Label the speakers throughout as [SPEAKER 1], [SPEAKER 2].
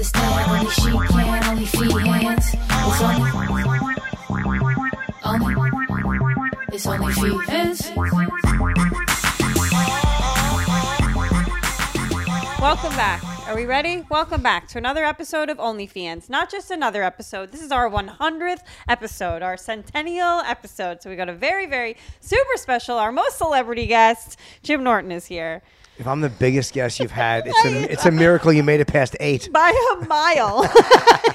[SPEAKER 1] Only she can, only she hands. It's only, only, it's only she hands.
[SPEAKER 2] Welcome back. Are we ready? Welcome back to another episode of OnlyFans. Not just another episode. This is our 100th episode, our centennial episode. So we got a very, very super special, our most celebrity guest, Jim Norton, is here
[SPEAKER 3] If I'm the biggest guest you've had, it's a, it's a miracle you made it past eight.
[SPEAKER 2] by a mile.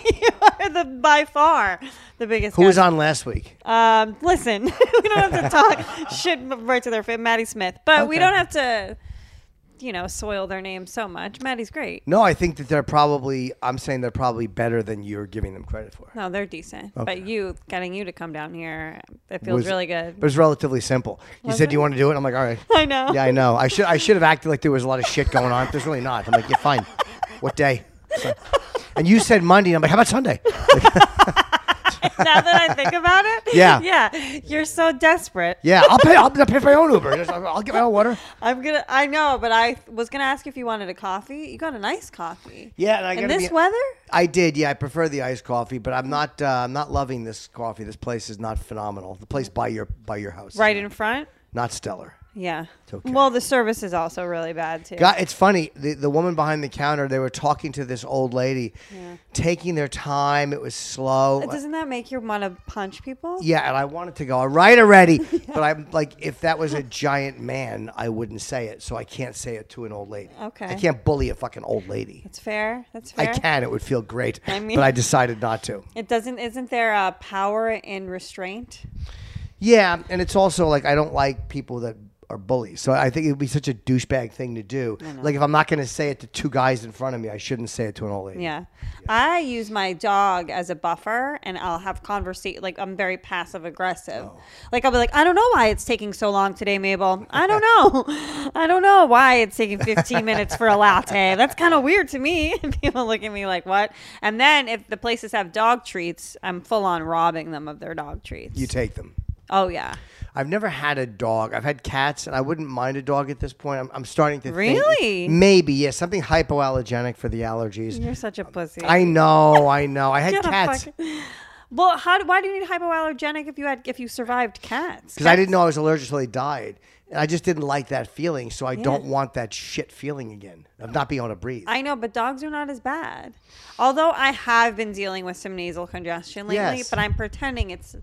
[SPEAKER 2] you are the by far the biggest.
[SPEAKER 3] Who was
[SPEAKER 2] guest.
[SPEAKER 3] on last week?
[SPEAKER 2] Um, listen, we don't have to talk shit right to their face, Maddie Smith, but we
[SPEAKER 3] Okay.
[SPEAKER 2] don't have to, you know, soil their name so much. Maddie's great.
[SPEAKER 3] No, I think that they're probably. I'm saying they're probably better than you're giving them credit for.
[SPEAKER 2] No, they're decent. But you getting you to come down here, it feels
[SPEAKER 3] Was-
[SPEAKER 2] really
[SPEAKER 3] It
[SPEAKER 2] good.
[SPEAKER 3] was relatively simple. You said
[SPEAKER 2] it?
[SPEAKER 3] you want to do it. I'm like, all right.
[SPEAKER 2] I know.
[SPEAKER 3] Yeah, I know. I should I should have acted like there was a lot of shit going on. There's really not. I'm like, yeah, fine. What day? So- and you said Monday. And I'm like, how about Sunday?
[SPEAKER 2] now that I think about it,
[SPEAKER 3] Yeah.
[SPEAKER 2] yeah, you're so desperate.
[SPEAKER 3] Yeah, I'll pay. I'll, pay for my own Uber. Just- I'll, I'll get my own water.
[SPEAKER 2] I'm gonna. I know, but I was gonna ask if you wanted a coffee. You got a nice coffee.
[SPEAKER 3] Yeah, and I
[SPEAKER 2] In
[SPEAKER 3] gotta
[SPEAKER 2] this
[SPEAKER 3] be-
[SPEAKER 2] weather,
[SPEAKER 3] I did. Yeah, I prefer the iced coffee, but I'm not. Uh, I'm not loving this coffee. This place is not phenomenal. The place by your by your house,
[SPEAKER 2] right in front.
[SPEAKER 3] Not stellar.
[SPEAKER 2] Yeah.
[SPEAKER 3] okay.
[SPEAKER 2] Well, the service is also really bad too.
[SPEAKER 3] God, it's funny. The, the woman behind the counter, they were talking to this old lady, taking their time. It was slow.
[SPEAKER 2] Doesn't that make you want to punch people?
[SPEAKER 3] yeah, and I wanted to go, all right already. But I'm like, if that was a giant man, I wouldn't say it. So I can't say it to an old lady.
[SPEAKER 2] Okay.
[SPEAKER 3] I can't bully a fucking old lady.
[SPEAKER 2] That's fair. That's
[SPEAKER 3] I
[SPEAKER 2] fair.
[SPEAKER 3] can. It would feel great.
[SPEAKER 2] I mean-
[SPEAKER 3] but I decided not to.
[SPEAKER 2] It doesn't. Isn't there a power in restraint?
[SPEAKER 3] Yeah, and it's also like I don't like people that are bullies. So I think it would be such a douchebag thing to do. Like if I'm not going to say it to two guys in front of me, I shouldn't say it to an old lady.
[SPEAKER 2] Yeah. I use my dog as a buffer and I'll have conversation like I'm very passive aggressive.
[SPEAKER 3] Oh.
[SPEAKER 2] Like I'll be like, I don't know why it's taking so long today, Mabel. I don't know. I don't know why it's taking 15 minutes for a latte. That's kind of weird to me. And People look at me like, "What?" And then if the places have dog treats, I'm full on robbing them of their dog treats.
[SPEAKER 3] You take them.
[SPEAKER 2] oh yeah.
[SPEAKER 3] I've never had a dog. I've had cats, and I wouldn't mind a dog at this point. I'm, I'm starting to think-
[SPEAKER 2] Really?
[SPEAKER 3] maybe yeah, something hypoallergenic for the allergies.
[SPEAKER 2] You're such a pussy.
[SPEAKER 3] I know, I know. I had
[SPEAKER 2] Get a
[SPEAKER 3] cats
[SPEAKER 2] fucking- Well, how do, why do you need hypoallergenic if you had if you survived cats?
[SPEAKER 3] because I didn't know I was allergic till they died, and I just didn't like that feeling. So I don't want that shit feeling again of not being able to breathe.
[SPEAKER 2] I know, but dogs are not as bad. Although I have been dealing with some nasal congestion lately,
[SPEAKER 3] Yes.
[SPEAKER 2] but I'm pretending it's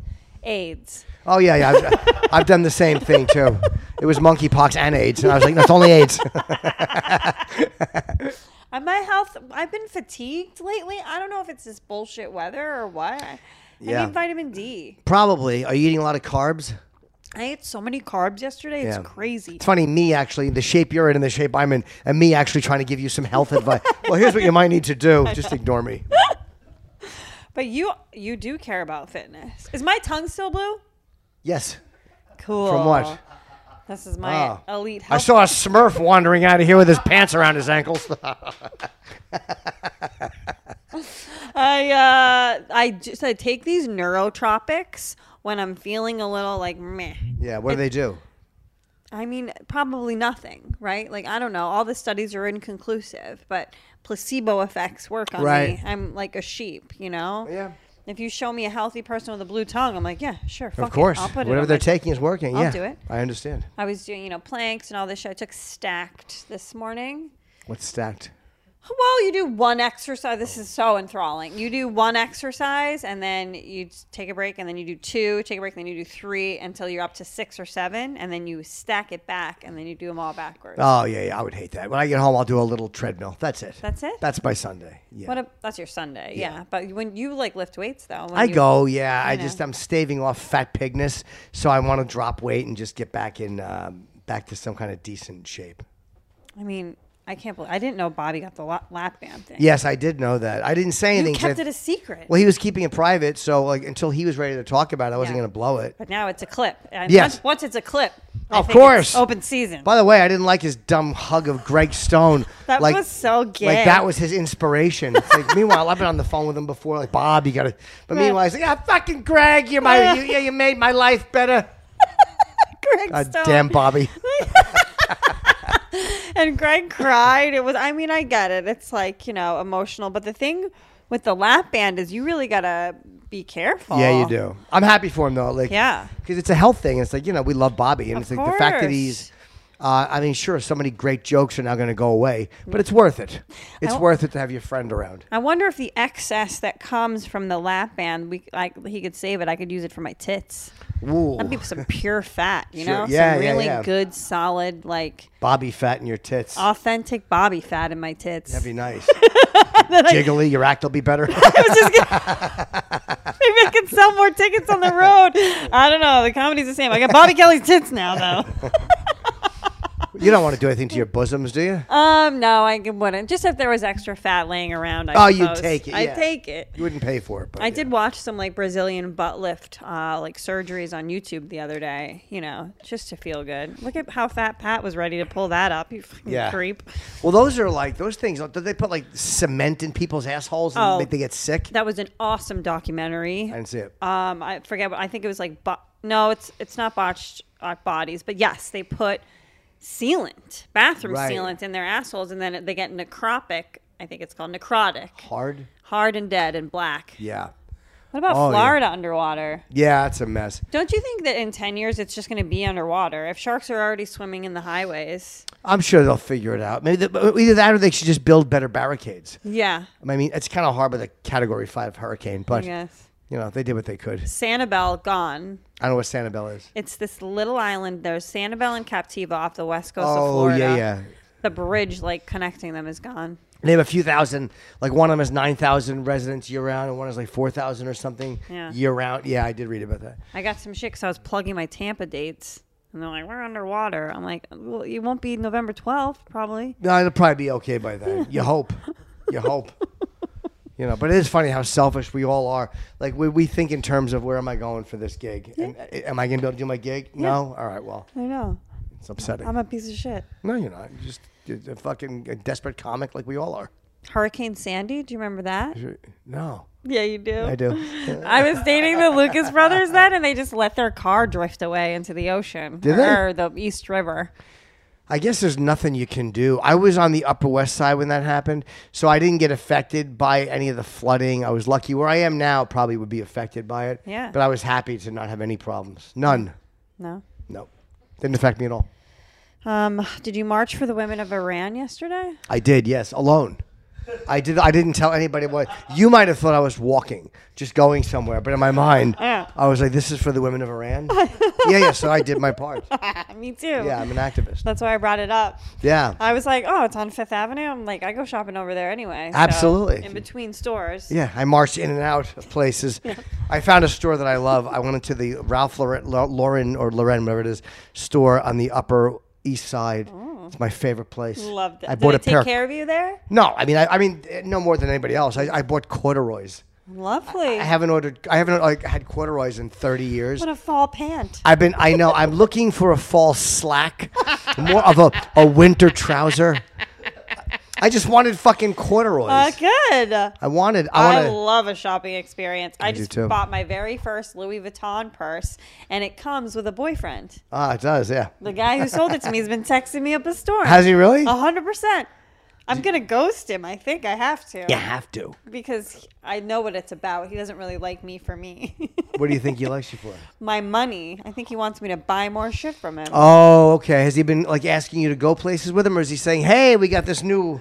[SPEAKER 2] AIDS.
[SPEAKER 3] oh yeah, yeah. I've, I've done the same thing too. It was monkeypox and AIDS, and I was like, that's only AIDS.
[SPEAKER 2] And Uh, my health, I've been fatigued lately. I don't know if it's this bullshit weather or what. I
[SPEAKER 3] Yeah.
[SPEAKER 2] need vitamin D.
[SPEAKER 3] Probably. Are you eating a lot of carbs?
[SPEAKER 2] I ate so many carbs yesterday.
[SPEAKER 3] Yeah.
[SPEAKER 2] It's crazy.
[SPEAKER 3] It's funny, me actually, the shape you're in and the shape I'm in, and me actually trying to give you some health advice. Well, here's what you might need to do. Just ignore me.
[SPEAKER 2] But you, you do care about fitness. Is my tongue still blue?
[SPEAKER 3] Yes.
[SPEAKER 2] Cool.
[SPEAKER 3] From what?
[SPEAKER 2] This is my
[SPEAKER 3] Oh.
[SPEAKER 2] elite
[SPEAKER 3] I
[SPEAKER 2] health.
[SPEAKER 3] saw a smurf wandering out of here with his pants around his ankles.
[SPEAKER 2] I uh, I just I take these neurotropics when I'm feeling a little like meh.
[SPEAKER 3] yeah, what do they do?
[SPEAKER 2] I mean, probably nothing, right? Like, I don't know. All the studies are inconclusive, but placebo effects work on me.
[SPEAKER 3] Right.
[SPEAKER 2] I'm like a sheep, you know?
[SPEAKER 3] Yeah.
[SPEAKER 2] If you show me a healthy person with a blue tongue, I'm like, yeah, sure. fuck
[SPEAKER 3] Of
[SPEAKER 2] it.
[SPEAKER 3] course.
[SPEAKER 2] I'll put it
[SPEAKER 3] Whatever
[SPEAKER 2] on
[SPEAKER 3] they're
[SPEAKER 2] my-
[SPEAKER 3] taking is working.
[SPEAKER 2] I'll
[SPEAKER 3] yeah.
[SPEAKER 2] do it.
[SPEAKER 3] I understand.
[SPEAKER 2] I was doing, you know, planks and all this shit. I took stacked this morning.
[SPEAKER 3] What's stacked?
[SPEAKER 2] Well, you do one exercise. This is so enthralling. You do one exercise and then you t- take a break and then you do two, take a break, and then you do three until you're up to six or seven and then you stack it back and then you do them all backwards.
[SPEAKER 3] Oh, yeah, yeah. I would hate that. When I get home, I'll do a little treadmill. That's it.
[SPEAKER 2] That's it?
[SPEAKER 3] That's my Sunday. Yeah.
[SPEAKER 2] What a, that's your Sunday, yeah. But when you like lift weights though, when
[SPEAKER 3] I
[SPEAKER 2] you-
[SPEAKER 3] go, yeah. I
[SPEAKER 2] know.
[SPEAKER 3] just I'm staving off fat pigness, so I want to drop weight and just get back in, um, back to some kind of decent shape.
[SPEAKER 2] I mean, I can't believe I didn't know Bobby got the la- lap band thing.
[SPEAKER 3] Yes, I did know that. I didn't say
[SPEAKER 2] you
[SPEAKER 3] anything. 'cause
[SPEAKER 2] kept
[SPEAKER 3] I-
[SPEAKER 2] it a secret.
[SPEAKER 3] well, he was keeping it private, so like until he was ready to talk about it, I wasn't
[SPEAKER 2] Yeah.
[SPEAKER 3] going to blow it.
[SPEAKER 2] but now it's a clip. And
[SPEAKER 3] Yes.
[SPEAKER 2] Once, once it's a clip, I
[SPEAKER 3] Of
[SPEAKER 2] think it's
[SPEAKER 3] course.
[SPEAKER 2] open season.
[SPEAKER 3] By the way, I didn't like his dumb hug of Greg Stone.
[SPEAKER 2] That
[SPEAKER 3] like,
[SPEAKER 2] was so gay.
[SPEAKER 3] Like that was his inspiration. It's like, meanwhile, I've been on the phone with him before, like Bob, you got to. But meanwhile, he's like, yeah, fucking Greg, you're my, you, yeah, you made my life better.
[SPEAKER 2] Greg
[SPEAKER 3] God
[SPEAKER 2] Stone.
[SPEAKER 3] damn, Bobby.
[SPEAKER 2] And Greg cried. It was. I mean, I get it. It's like you know, emotional. But the thing with the lap band is you really gotta be careful.
[SPEAKER 3] Yeah, you do. I'm happy for him though. Like,
[SPEAKER 2] Yeah.
[SPEAKER 3] because it's a health thing. It's like you know we love Bobby, and
[SPEAKER 2] Of
[SPEAKER 3] it's like the fact that
[SPEAKER 2] course.
[SPEAKER 3] he's. Uh, I mean, sure, so many great jokes are now going to go away, but it's worth it. It's
[SPEAKER 2] w-
[SPEAKER 3] worth it to have your friend around.
[SPEAKER 2] I wonder if the excess that comes from the lap band, we like he could save it. I could use it for my tits.
[SPEAKER 3] Ooh,
[SPEAKER 2] That'd be some pure fat, you
[SPEAKER 3] Sure.
[SPEAKER 2] know?
[SPEAKER 3] Yeah,
[SPEAKER 2] some
[SPEAKER 3] yeah,
[SPEAKER 2] really
[SPEAKER 3] yeah.
[SPEAKER 2] good, solid, like
[SPEAKER 3] Bobby fat in your tits.
[SPEAKER 2] authentic Bobby fat in my tits.
[SPEAKER 3] That'd be nice. Jiggly, your act will be better.
[SPEAKER 2] Maybe I could sell more tickets on the road. I don't know. The comedy's the same. I got Bobby Kelly's tits now, though.
[SPEAKER 3] you don't want to do anything to your bosoms, do you?
[SPEAKER 2] Um, no, I wouldn't. Just if there was extra fat laying around. I
[SPEAKER 3] Oh, you'd
[SPEAKER 2] suppose.
[SPEAKER 3] take it,
[SPEAKER 2] I
[SPEAKER 3] yeah.
[SPEAKER 2] take it.
[SPEAKER 3] You wouldn't pay for it. But
[SPEAKER 2] I
[SPEAKER 3] yeah.
[SPEAKER 2] did watch some like Brazilian butt lift, uh, like surgeries on YouTube the other day. You know, just to feel good. Look at how fat Pat was ready to pull that up. You fucking
[SPEAKER 3] Yeah.
[SPEAKER 2] creep.
[SPEAKER 3] Well, those are like those things. Do they put like cement in people's assholes and
[SPEAKER 2] Oh.
[SPEAKER 3] make they get sick?
[SPEAKER 2] That was an awesome documentary.
[SPEAKER 3] I didn't see it.
[SPEAKER 2] um i forget what i think it was like bo- no it's it's not botched uh, bodies but yes they put sealant bathroom
[SPEAKER 3] Right.
[SPEAKER 2] sealant in their assholes and then they get necropic i think it's called necrotic
[SPEAKER 3] Hard.
[SPEAKER 2] hard and dead and black
[SPEAKER 3] Yeah.
[SPEAKER 2] what about
[SPEAKER 3] Oh, yeah.
[SPEAKER 2] florida underwater
[SPEAKER 3] Yeah, it's a mess.
[SPEAKER 2] don't you think that in 10 years it's just going to be underwater if sharks are already swimming in the highways
[SPEAKER 3] I'm sure they'll figure it out. Maybe the, either that or they should just build better barricades.
[SPEAKER 2] yeah
[SPEAKER 3] I mean, it's kind of hard with a Category Five hurricane, but
[SPEAKER 2] yes
[SPEAKER 3] you know they did what they could.
[SPEAKER 2] sanibel gone
[SPEAKER 3] I don't know what Sanibel is.
[SPEAKER 2] it's this little island there's sanibel and captiva off the west coast of
[SPEAKER 3] Oh
[SPEAKER 2] florida
[SPEAKER 3] yeah, yeah.
[SPEAKER 2] the bridge like connecting them is gone
[SPEAKER 3] They have a few thousand. Like one of them has nine thousand residents year round, and one is like four thousand or something
[SPEAKER 2] Yeah.
[SPEAKER 3] year round. Yeah, I did read about that.
[SPEAKER 2] I got some shit because I was plugging my Tampa dates, and they're like, "We're underwater." I'm like, "Well, it won't be November 12th, probably."
[SPEAKER 3] No, it'll probably be okay by then. You hope. You hope. You know, but it is funny how selfish we all are. Like we, we think in terms of where am I going for this gig? And, uh, am I going to be able to do my gig? No. All right. Well,
[SPEAKER 2] I know.
[SPEAKER 3] it's upsetting.
[SPEAKER 2] I'm a piece of shit.
[SPEAKER 3] no, you're not. You're just you're a fucking a desperate comic like we all are.
[SPEAKER 2] Hurricane Sandy. Do you remember that?
[SPEAKER 3] No,
[SPEAKER 2] Yeah, you do.
[SPEAKER 3] I do.
[SPEAKER 2] I was dating the Lucas brothers then, and they just let their car drift away into the ocean
[SPEAKER 3] Did they?
[SPEAKER 2] or the East River.
[SPEAKER 3] I guess there's nothing you can do. I was on the Upper West Side when that happened, so I didn't get affected by any of the flooding. I was lucky. Where I am now probably would be affected by it.
[SPEAKER 2] Yeah.
[SPEAKER 3] But I was happy to not have any problems. None.
[SPEAKER 2] No.
[SPEAKER 3] Nope. Didn't affect me at all.
[SPEAKER 2] Um, did you march for the women of Iran yesterday?
[SPEAKER 3] I did, yes, alone. I did. I didn't tell anybody what. You might have thought I was walking, just going somewhere, but in my mind,
[SPEAKER 2] Yeah.
[SPEAKER 3] I was like, "This is for the women of Iran." yeah, yeah. So I did my part.
[SPEAKER 2] Me too.
[SPEAKER 3] Yeah, I'm an activist.
[SPEAKER 2] That's why I brought it up.
[SPEAKER 3] Yeah,
[SPEAKER 2] I was like, oh, it's on Fifth Avenue. I'm like, I go shopping over there anyway. So,
[SPEAKER 3] Absolutely.
[SPEAKER 2] in between stores.
[SPEAKER 3] yeah. I marched in and out of places. I found a store that I love. I went into the Ralph Lauren, Lauren or Lauren, whatever it is, store on the Upper East Side. It's my favorite place.
[SPEAKER 2] Loved it.
[SPEAKER 3] I bought
[SPEAKER 2] Oh. Did it
[SPEAKER 3] a
[SPEAKER 2] take
[SPEAKER 3] pair.
[SPEAKER 2] care of you there?
[SPEAKER 3] no, I mean, I, I mean, eh, no more than anybody else. I, I bought corduroys.
[SPEAKER 2] Lovely.
[SPEAKER 3] I haven't ordered. I haven't like had corduroys in 30 years.
[SPEAKER 2] what a fall pant.
[SPEAKER 3] I've been. I know. I'm looking for a fall slack, more of a, a winter trouser. I just wanted fucking corduroys.
[SPEAKER 2] Uh, good.
[SPEAKER 3] I wanted. I
[SPEAKER 2] I
[SPEAKER 3] wanted.
[SPEAKER 2] love a shopping experience. I,
[SPEAKER 3] do
[SPEAKER 2] just
[SPEAKER 3] too.
[SPEAKER 2] bought my very first Louis Vuitton purse, and it comes with a boyfriend.
[SPEAKER 3] Ah, it does. Yeah.
[SPEAKER 2] The Oh. guy who sold it to me has been texting me up a storm.
[SPEAKER 3] Has he really?
[SPEAKER 2] A hundred percent. I'm gonna ghost him. I think I have to.
[SPEAKER 3] You have to.
[SPEAKER 2] Because I know what it's about. He doesn't really like me for me.
[SPEAKER 3] What do you think he likes you for?
[SPEAKER 2] my money. I think he wants me to buy more shit from him.
[SPEAKER 3] Oh, okay. Has he been like asking you to go places with him, or is he saying, "Hey, we got this new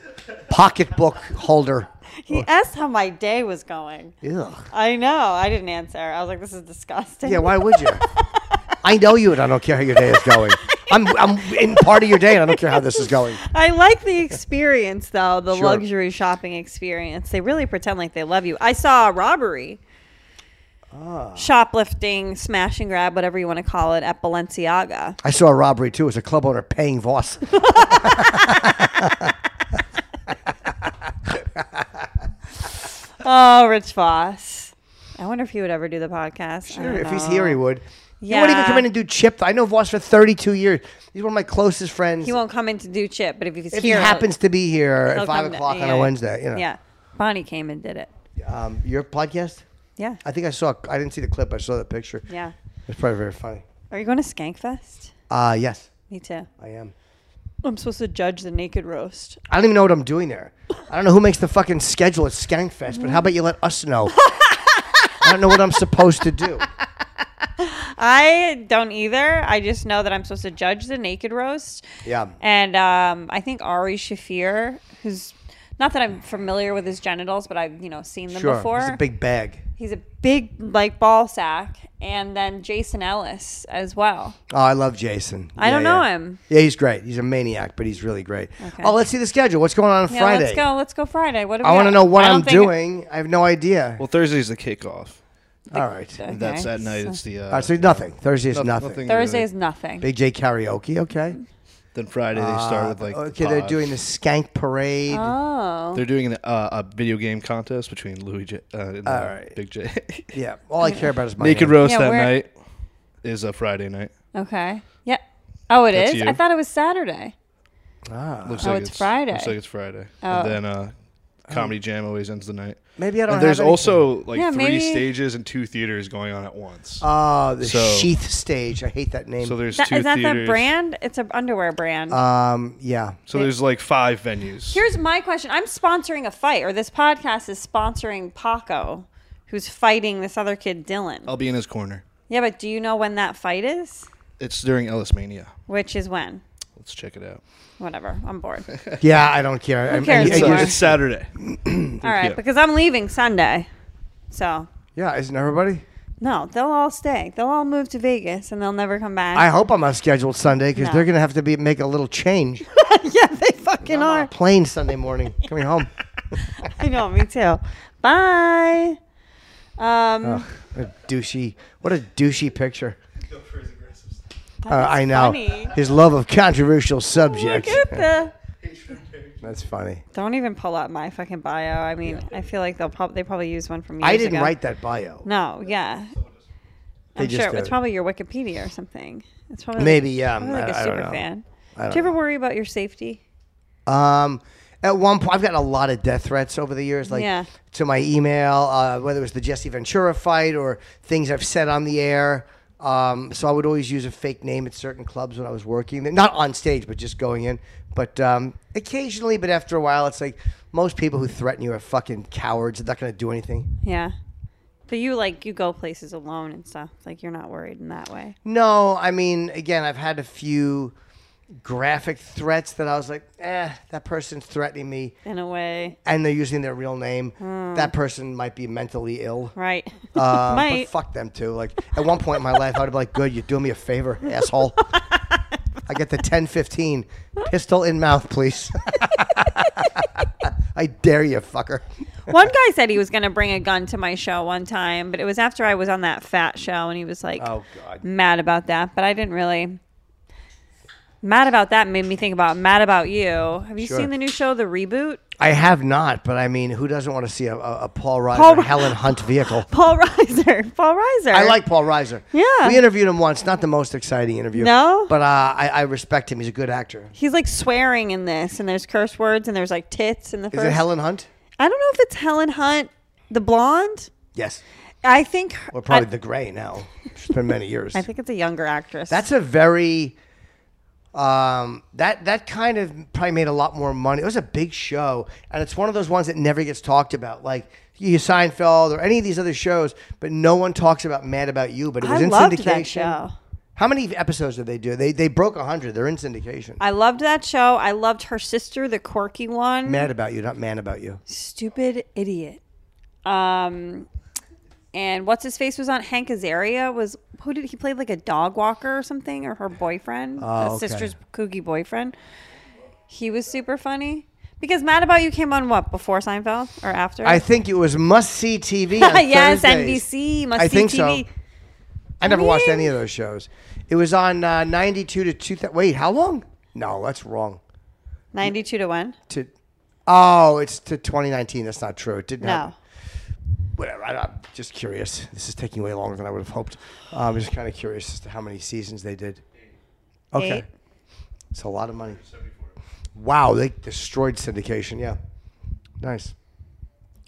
[SPEAKER 3] pocketbook holder"?
[SPEAKER 2] He asked how my day was going.
[SPEAKER 3] Ugh.
[SPEAKER 2] I know. I didn't answer. I was like, this is disgusting.
[SPEAKER 3] Yeah. Why would you? I know you, and I don't care how your day is going. I'm I'm in part of your day, and I don't care how this is going.
[SPEAKER 2] I like the experience, though, the
[SPEAKER 3] Sure.
[SPEAKER 2] luxury shopping experience. They really pretend like they love you. I saw a robbery.
[SPEAKER 3] Ah.
[SPEAKER 2] Shoplifting, smash and grab, whatever you want to call it, at Balenciaga.
[SPEAKER 3] I saw a robbery too. It was a club owner paying Voss.
[SPEAKER 2] Oh, Rich Voss. I wonder if he would ever do the podcast. I
[SPEAKER 3] Sure,
[SPEAKER 2] don't
[SPEAKER 3] if he's
[SPEAKER 2] know.
[SPEAKER 3] here, he would. He wouldn't even come
[SPEAKER 2] Yeah.
[SPEAKER 3] in and do Chip. I know Voss for 32 years. He's one of my closest friends.
[SPEAKER 2] he won't come in to do chip, but if he's
[SPEAKER 3] if he
[SPEAKER 2] here, he'll-
[SPEAKER 3] happens to be here
[SPEAKER 2] he'll
[SPEAKER 3] at 5
[SPEAKER 2] come to-
[SPEAKER 3] o'clock on
[SPEAKER 2] yeah.
[SPEAKER 3] a Wednesday, you know.
[SPEAKER 2] Yeah. Bonnie came and did it.
[SPEAKER 3] Um, your podcast?
[SPEAKER 2] Yeah.
[SPEAKER 3] I think I saw, I didn't see the clip. I saw the picture.
[SPEAKER 2] Yeah.
[SPEAKER 3] It's probably very funny.
[SPEAKER 2] Are you going to Skankfest?
[SPEAKER 3] Uh, yes,
[SPEAKER 2] Me too.
[SPEAKER 3] I am.
[SPEAKER 2] I'm supposed to judge the naked roast.
[SPEAKER 3] I don't even know what I'm doing there. I don't know who makes the fucking schedule at Skankfest, but how about you let us know? I don't know what I'm supposed to do.
[SPEAKER 2] I don't either. I just know that I'm supposed to judge the naked roast.
[SPEAKER 3] Yeah.
[SPEAKER 2] And um, I think Ari Shafir, who's not that I'm familiar with his genitals, but I've you know seen them
[SPEAKER 3] Sure.
[SPEAKER 2] before.
[SPEAKER 3] It's a big bag.
[SPEAKER 2] He's a big like ball sack, and then Jason Ellis as well.
[SPEAKER 3] Oh, I love Jason.
[SPEAKER 2] I don't know
[SPEAKER 3] yeah.
[SPEAKER 2] him.
[SPEAKER 3] Yeah, he's great. He's a maniac, but he's really great. Oh, let's see the schedule. What's going on on
[SPEAKER 2] Yeah,
[SPEAKER 3] Friday?
[SPEAKER 2] let's go. Let's go Friday. What do we
[SPEAKER 3] I want to
[SPEAKER 2] got?
[SPEAKER 3] know what
[SPEAKER 2] I don't
[SPEAKER 3] I'm
[SPEAKER 2] think-
[SPEAKER 3] doing. I have no idea.
[SPEAKER 4] Well, Thursday's the kickoff.
[SPEAKER 3] All right.
[SPEAKER 2] Okay.
[SPEAKER 4] That's that night. It's the uh,
[SPEAKER 3] All right, so nothing. Thursday is
[SPEAKER 4] noth-
[SPEAKER 3] nothing.
[SPEAKER 2] Thursday is nothing.
[SPEAKER 3] Big J karaoke. Okay.
[SPEAKER 4] Then Friday they start with like the
[SPEAKER 3] Ah, okay, they're
[SPEAKER 4] pod.
[SPEAKER 3] doing the Skank Parade.
[SPEAKER 2] Oh,
[SPEAKER 4] They're doing the, uh, a video game contest between Louis J. Uh, and uh,
[SPEAKER 3] right.
[SPEAKER 4] Big J.
[SPEAKER 3] yeah. All I care about is my
[SPEAKER 4] Naked
[SPEAKER 3] name.
[SPEAKER 4] roast
[SPEAKER 2] Yeah,
[SPEAKER 4] that
[SPEAKER 2] where-
[SPEAKER 4] night is a Friday night.
[SPEAKER 2] okay. Yeah. Oh, it is.
[SPEAKER 4] That's you.
[SPEAKER 2] I thought it was Saturday.
[SPEAKER 3] Uh,
[SPEAKER 4] Looks
[SPEAKER 2] Oh,
[SPEAKER 4] like
[SPEAKER 2] it's
[SPEAKER 4] Looks
[SPEAKER 2] Friday. Oh.
[SPEAKER 4] like it's Friday. And then uh, comedy jam always ends the night.
[SPEAKER 3] Oh. Maybe I don't.
[SPEAKER 4] And there's
[SPEAKER 3] have anything.
[SPEAKER 4] also like
[SPEAKER 2] Yeah,
[SPEAKER 4] three
[SPEAKER 2] maybe-
[SPEAKER 4] stages and two theaters going on at once.
[SPEAKER 3] Ah, the
[SPEAKER 4] So-
[SPEAKER 3] Sheath Stage. I hate that name.
[SPEAKER 4] so there's
[SPEAKER 2] That,
[SPEAKER 4] two
[SPEAKER 2] is that
[SPEAKER 4] theaters.
[SPEAKER 2] the brand? It's an underwear brand.
[SPEAKER 3] um, yeah.
[SPEAKER 4] So there's like five venues.
[SPEAKER 2] Here's my question. I'm sponsoring a fight, or this podcast is sponsoring Paco, who's fighting this other kid, Dylan.
[SPEAKER 4] I'll be in his corner.
[SPEAKER 2] Yeah, but do you know when that fight is?
[SPEAKER 4] It's during Ellis Mania.
[SPEAKER 2] Which is when?
[SPEAKER 4] Let's check it out.
[SPEAKER 2] Whatever. I'm bored.
[SPEAKER 3] Yeah, I don't care. I- I-
[SPEAKER 2] cares
[SPEAKER 3] I-
[SPEAKER 4] So
[SPEAKER 2] you are.
[SPEAKER 4] it's Saturday.
[SPEAKER 2] All right,
[SPEAKER 4] Yeah.
[SPEAKER 2] because I'm leaving Sunday. So,
[SPEAKER 3] yeah, isn't everybody?
[SPEAKER 2] no, they'll all stay. They'll all move to Vegas and they'll never come back.
[SPEAKER 3] I hope I'm on scheduled Sunday because
[SPEAKER 2] No.
[SPEAKER 3] they're gonna have to be make a little change.
[SPEAKER 2] yeah, they fucking are.
[SPEAKER 3] Plane Sunday morning, coming home.
[SPEAKER 2] I know, me too. Bye. Um,
[SPEAKER 3] Ugh, what a douchey. What a douchey picture. Uh,
[SPEAKER 2] that's
[SPEAKER 3] I know
[SPEAKER 2] funny.
[SPEAKER 3] his love of controversial
[SPEAKER 2] Look
[SPEAKER 3] subjects.
[SPEAKER 2] at the.
[SPEAKER 3] That's funny.
[SPEAKER 2] Don't even pull up my fucking bio. I mean, I feel like they'll probably they probably use one from years
[SPEAKER 3] I didn't
[SPEAKER 2] ago.
[SPEAKER 3] write that bio.
[SPEAKER 2] No, yeah.
[SPEAKER 3] They
[SPEAKER 2] I'm
[SPEAKER 3] just
[SPEAKER 2] sure
[SPEAKER 3] did
[SPEAKER 2] it's
[SPEAKER 3] it.
[SPEAKER 2] probably your Wikipedia or something. It's probably
[SPEAKER 3] Maybe, yeah,
[SPEAKER 2] Probably like a
[SPEAKER 3] I- I don't
[SPEAKER 2] super
[SPEAKER 3] know.
[SPEAKER 2] fan.
[SPEAKER 3] I don't
[SPEAKER 2] Do you ever worry about your safety?
[SPEAKER 3] Um, at one point, I've gotten a lot of death threats over the years, like
[SPEAKER 2] Yeah.
[SPEAKER 3] to my email, uh, whether it was the Jesse Ventura fight or things I've said on the air. Um, so I would always use a fake name at certain clubs when I was working there, not on stage, but just going in. But um, occasionally, but after a while, it's like most people who threaten you are fucking cowards. They're not going to do anything.
[SPEAKER 2] Yeah. But you like you go places alone and stuff. Like you're not worried in that way.
[SPEAKER 3] No, I mean, again, I've had a few graphic threats that I was like, eh, that person's threatening me.
[SPEAKER 2] In a way,
[SPEAKER 3] and they're using their real name,
[SPEAKER 2] Hmm.
[SPEAKER 3] that person might be mentally ill.
[SPEAKER 2] right?
[SPEAKER 3] Um,
[SPEAKER 2] Might.
[SPEAKER 3] But fuck them too. Like at one point in my life, I'd be like, "Good, you're doing me a favor, asshole." I get the 10-15, pistol in mouth, please. I dare you, fucker.
[SPEAKER 2] one guy said he was going to bring a gun to my show one time, but it was after I was on that fat show and he was like
[SPEAKER 3] Oh, God.
[SPEAKER 2] mad about that, but I didn't really Mad about that made me think about Mad About You. Have you
[SPEAKER 3] Sure.
[SPEAKER 2] seen the new show The Reboot?
[SPEAKER 3] I have not, but I mean, who doesn't want to see a, a, a Paul Reiser,
[SPEAKER 2] Paul-
[SPEAKER 3] Helen Hunt vehicle?
[SPEAKER 2] Paul Reiser. Paul Reiser.
[SPEAKER 3] I like Paul Reiser.
[SPEAKER 2] Yeah.
[SPEAKER 3] we interviewed him once. Not the most exciting interview.
[SPEAKER 2] No?
[SPEAKER 3] but uh, I, I respect him. He's a good actor.
[SPEAKER 2] He's like swearing in this, and there's curse words, and there's like tits in the
[SPEAKER 3] Is
[SPEAKER 2] first.
[SPEAKER 3] it Helen Hunt?
[SPEAKER 2] I don't know if it's Helen Hunt, the blonde.
[SPEAKER 3] Yes,
[SPEAKER 2] I think. her-
[SPEAKER 3] or probably
[SPEAKER 2] I,
[SPEAKER 3] the Gray now. It's been many years.
[SPEAKER 2] I think it's a younger actress.
[SPEAKER 3] That's a very um that that kind of probably made a lot more money. It was a big show and it's one of those ones that never gets talked about like you Seinfeld or any of these other shows, but no one talks about Mad About You, but it was
[SPEAKER 2] I
[SPEAKER 3] in
[SPEAKER 2] loved
[SPEAKER 3] syndication.
[SPEAKER 2] that show.
[SPEAKER 3] How many episodes did they do? They they broke 100. They're in syndication.
[SPEAKER 2] I loved that show. I loved her sister, the quirky one.
[SPEAKER 3] Mad About You, not Man About You.
[SPEAKER 2] Stupid idiot. Um, and what's his face was on Hank Azaria was who did he played like a dog walker or something or her boyfriend, the
[SPEAKER 3] Oh, okay.
[SPEAKER 2] sister's kooky boyfriend. He was super funny because Mad About You came on what before Seinfeld or after?
[SPEAKER 3] I think it was must see TV. on
[SPEAKER 2] yes,
[SPEAKER 3] Thursdays.
[SPEAKER 2] NBC must
[SPEAKER 3] I
[SPEAKER 2] see
[SPEAKER 3] think
[SPEAKER 2] TV.
[SPEAKER 3] so. I never watched
[SPEAKER 2] mean-
[SPEAKER 3] any of those shows. It was on uh, 92 to 2000. Wait, how long? No, that's wrong.
[SPEAKER 2] Ninety-two to one.
[SPEAKER 3] to oh it's to 2019 that's not true it didn't
[SPEAKER 2] No,
[SPEAKER 3] happen. whatever I, i'm just curious this is taking way longer than i would have hoped Uh, i'm just kind of curious as to how many seasons they did okay
[SPEAKER 2] Eight.
[SPEAKER 3] it's a lot of money wow they destroyed syndication yeah nice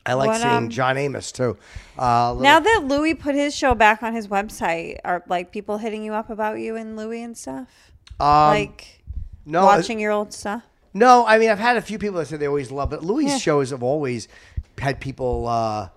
[SPEAKER 3] i like
[SPEAKER 2] What,
[SPEAKER 3] seeing
[SPEAKER 2] um,
[SPEAKER 3] john amos too uh, little-
[SPEAKER 2] Now that Louis put his show back on his website, are like people hitting you up about you and Louis and stuff?
[SPEAKER 3] um,
[SPEAKER 2] like,
[SPEAKER 3] No, I-
[SPEAKER 2] watching your old stuff.
[SPEAKER 3] No, I mean I've had a few people that said they always love, but Louis' shows have always had people. Uh,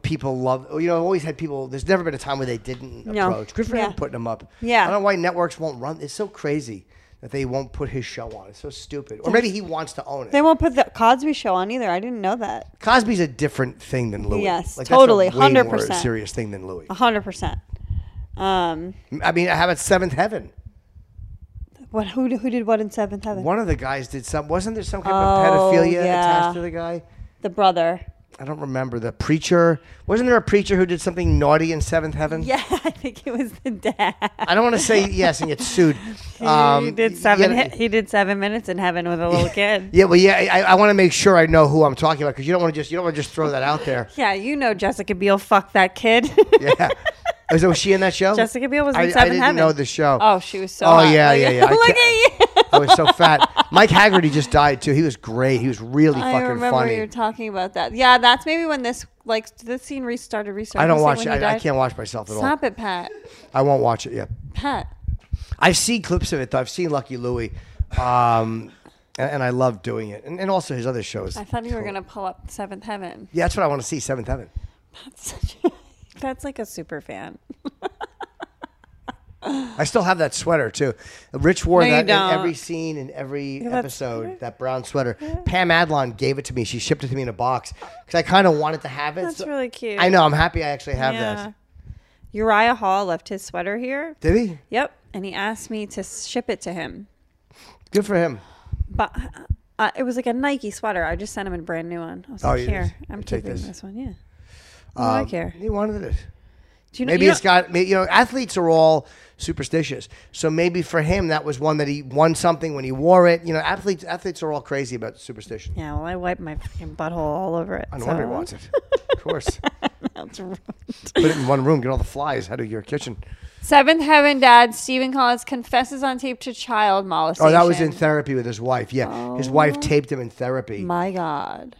[SPEAKER 3] people love. You know, I've always had people. There's never been a time where they didn't
[SPEAKER 2] No.
[SPEAKER 3] approach. Good for
[SPEAKER 2] Yeah.
[SPEAKER 3] him putting them up.
[SPEAKER 2] Yeah.
[SPEAKER 3] I don't know why networks won't run. It's so crazy that they won't put his show on. It's so stupid. Or maybe he wants to own it.
[SPEAKER 2] They won't put the Cosby Show on either. I didn't know that.
[SPEAKER 3] Cosby's a different thing than Louis.
[SPEAKER 2] Yes,
[SPEAKER 3] that's a
[SPEAKER 2] totally,
[SPEAKER 3] way more
[SPEAKER 2] 100%.
[SPEAKER 3] serious thing than Louis.
[SPEAKER 2] hundred percent. Um,
[SPEAKER 3] I mean, I have at Seventh Heaven.
[SPEAKER 2] what? Who? did- Who did what in Seventh Heaven?
[SPEAKER 3] One of the guys did some. Wasn't there some kind
[SPEAKER 2] Oh,
[SPEAKER 3] of pedophilia
[SPEAKER 2] yeah.
[SPEAKER 3] attached to the guy?
[SPEAKER 2] The brother.
[SPEAKER 3] I don't remember. The preacher wasn't there a preacher who did something naughty in Seventh Heaven?
[SPEAKER 2] Yeah, I think it was the dad.
[SPEAKER 3] I don't want to say yes and get sued.
[SPEAKER 2] he did seven.
[SPEAKER 3] Um, Yeah,
[SPEAKER 2] he did seven minutes in heaven with a little kid.
[SPEAKER 3] yeah, well, yeah. I, I want to make sure I know who I'm talking about because you don't want to just you don't want to just throw that out there.
[SPEAKER 2] Yeah, you know Jessica Biel fucked that kid.
[SPEAKER 3] Yeah. Was, was she in that show?
[SPEAKER 2] Jessica Biel was in
[SPEAKER 3] I,
[SPEAKER 2] Seventh
[SPEAKER 3] I didn't
[SPEAKER 2] Heaven.
[SPEAKER 3] know the show.
[SPEAKER 2] Oh, she was so.
[SPEAKER 3] Oh,
[SPEAKER 2] hot.
[SPEAKER 3] yeah, yeah, yeah. I
[SPEAKER 2] Look
[SPEAKER 3] can't-
[SPEAKER 2] at you.
[SPEAKER 3] I was so fat. Mike Haggerty just died too. He was great. He was really
[SPEAKER 2] I
[SPEAKER 3] fucking
[SPEAKER 2] remember
[SPEAKER 3] funny.
[SPEAKER 2] you were talking about that. Yeah, that's maybe when this like this scene restarted. Restarted.
[SPEAKER 3] I don't watch.
[SPEAKER 2] When
[SPEAKER 3] it.
[SPEAKER 2] he
[SPEAKER 3] I, I
[SPEAKER 2] died?
[SPEAKER 3] can't watch myself at all.
[SPEAKER 2] Stop it, Pat.
[SPEAKER 3] I won't watch it. Yeah.
[SPEAKER 2] Pat.
[SPEAKER 3] I've seen clips of it though. I've seen Lucky Louie, um, and, and I love doing it, and, and also his other shows.
[SPEAKER 2] I thought you were gonna pull up Seventh Heaven.
[SPEAKER 3] Yeah, that's what I want to see. Seventh Heaven.
[SPEAKER 2] Such a- That's like a super fan.
[SPEAKER 3] I still have that sweater too. Rich wore
[SPEAKER 2] No, you
[SPEAKER 3] that
[SPEAKER 2] don't.
[SPEAKER 3] in every scene in every
[SPEAKER 2] that
[SPEAKER 3] episode.
[SPEAKER 2] sweater?
[SPEAKER 3] That brown sweater. Pam Adlon gave it to me. She shipped it to me in a box because I kind of wanted to have it.
[SPEAKER 2] That's
[SPEAKER 3] so-
[SPEAKER 2] really cute.
[SPEAKER 3] I know. I'm happy I actually have
[SPEAKER 2] Yeah.
[SPEAKER 3] that.
[SPEAKER 2] Uriah Hall left his sweater here.
[SPEAKER 3] Did he?
[SPEAKER 2] Yep, and he asked me to ship it to him,
[SPEAKER 3] Good for him.
[SPEAKER 2] but uh, it was like a Nike sweater. I just sent him a brand new one. I was
[SPEAKER 3] Oh,
[SPEAKER 2] like,
[SPEAKER 3] you
[SPEAKER 2] here,
[SPEAKER 3] just-
[SPEAKER 2] I'm
[SPEAKER 3] you take
[SPEAKER 2] keeping this.
[SPEAKER 3] this."
[SPEAKER 2] one. Yeah, I don't
[SPEAKER 3] Um,
[SPEAKER 2] care.
[SPEAKER 3] He wanted it.
[SPEAKER 2] Do you know?
[SPEAKER 3] Maybe
[SPEAKER 2] you
[SPEAKER 3] it's got. may- You know, athletes are all superstitious. So maybe for him, that was one that he won something when he wore it. You know, athletes athletes are all crazy about superstition.
[SPEAKER 2] yeah, well, I wiped my fucking butthole all over it.
[SPEAKER 3] I know wonder he
[SPEAKER 2] so-
[SPEAKER 3] wants it. Of course,
[SPEAKER 2] That's rude.
[SPEAKER 3] put it in one room, get all the flies out of your kitchen.
[SPEAKER 2] Seventh Heaven Dad Stephen Collins confesses on tape to child molestation.
[SPEAKER 3] Oh, that was in therapy with his wife. Yeah, his wife taped him in therapy.
[SPEAKER 2] Oh. My God.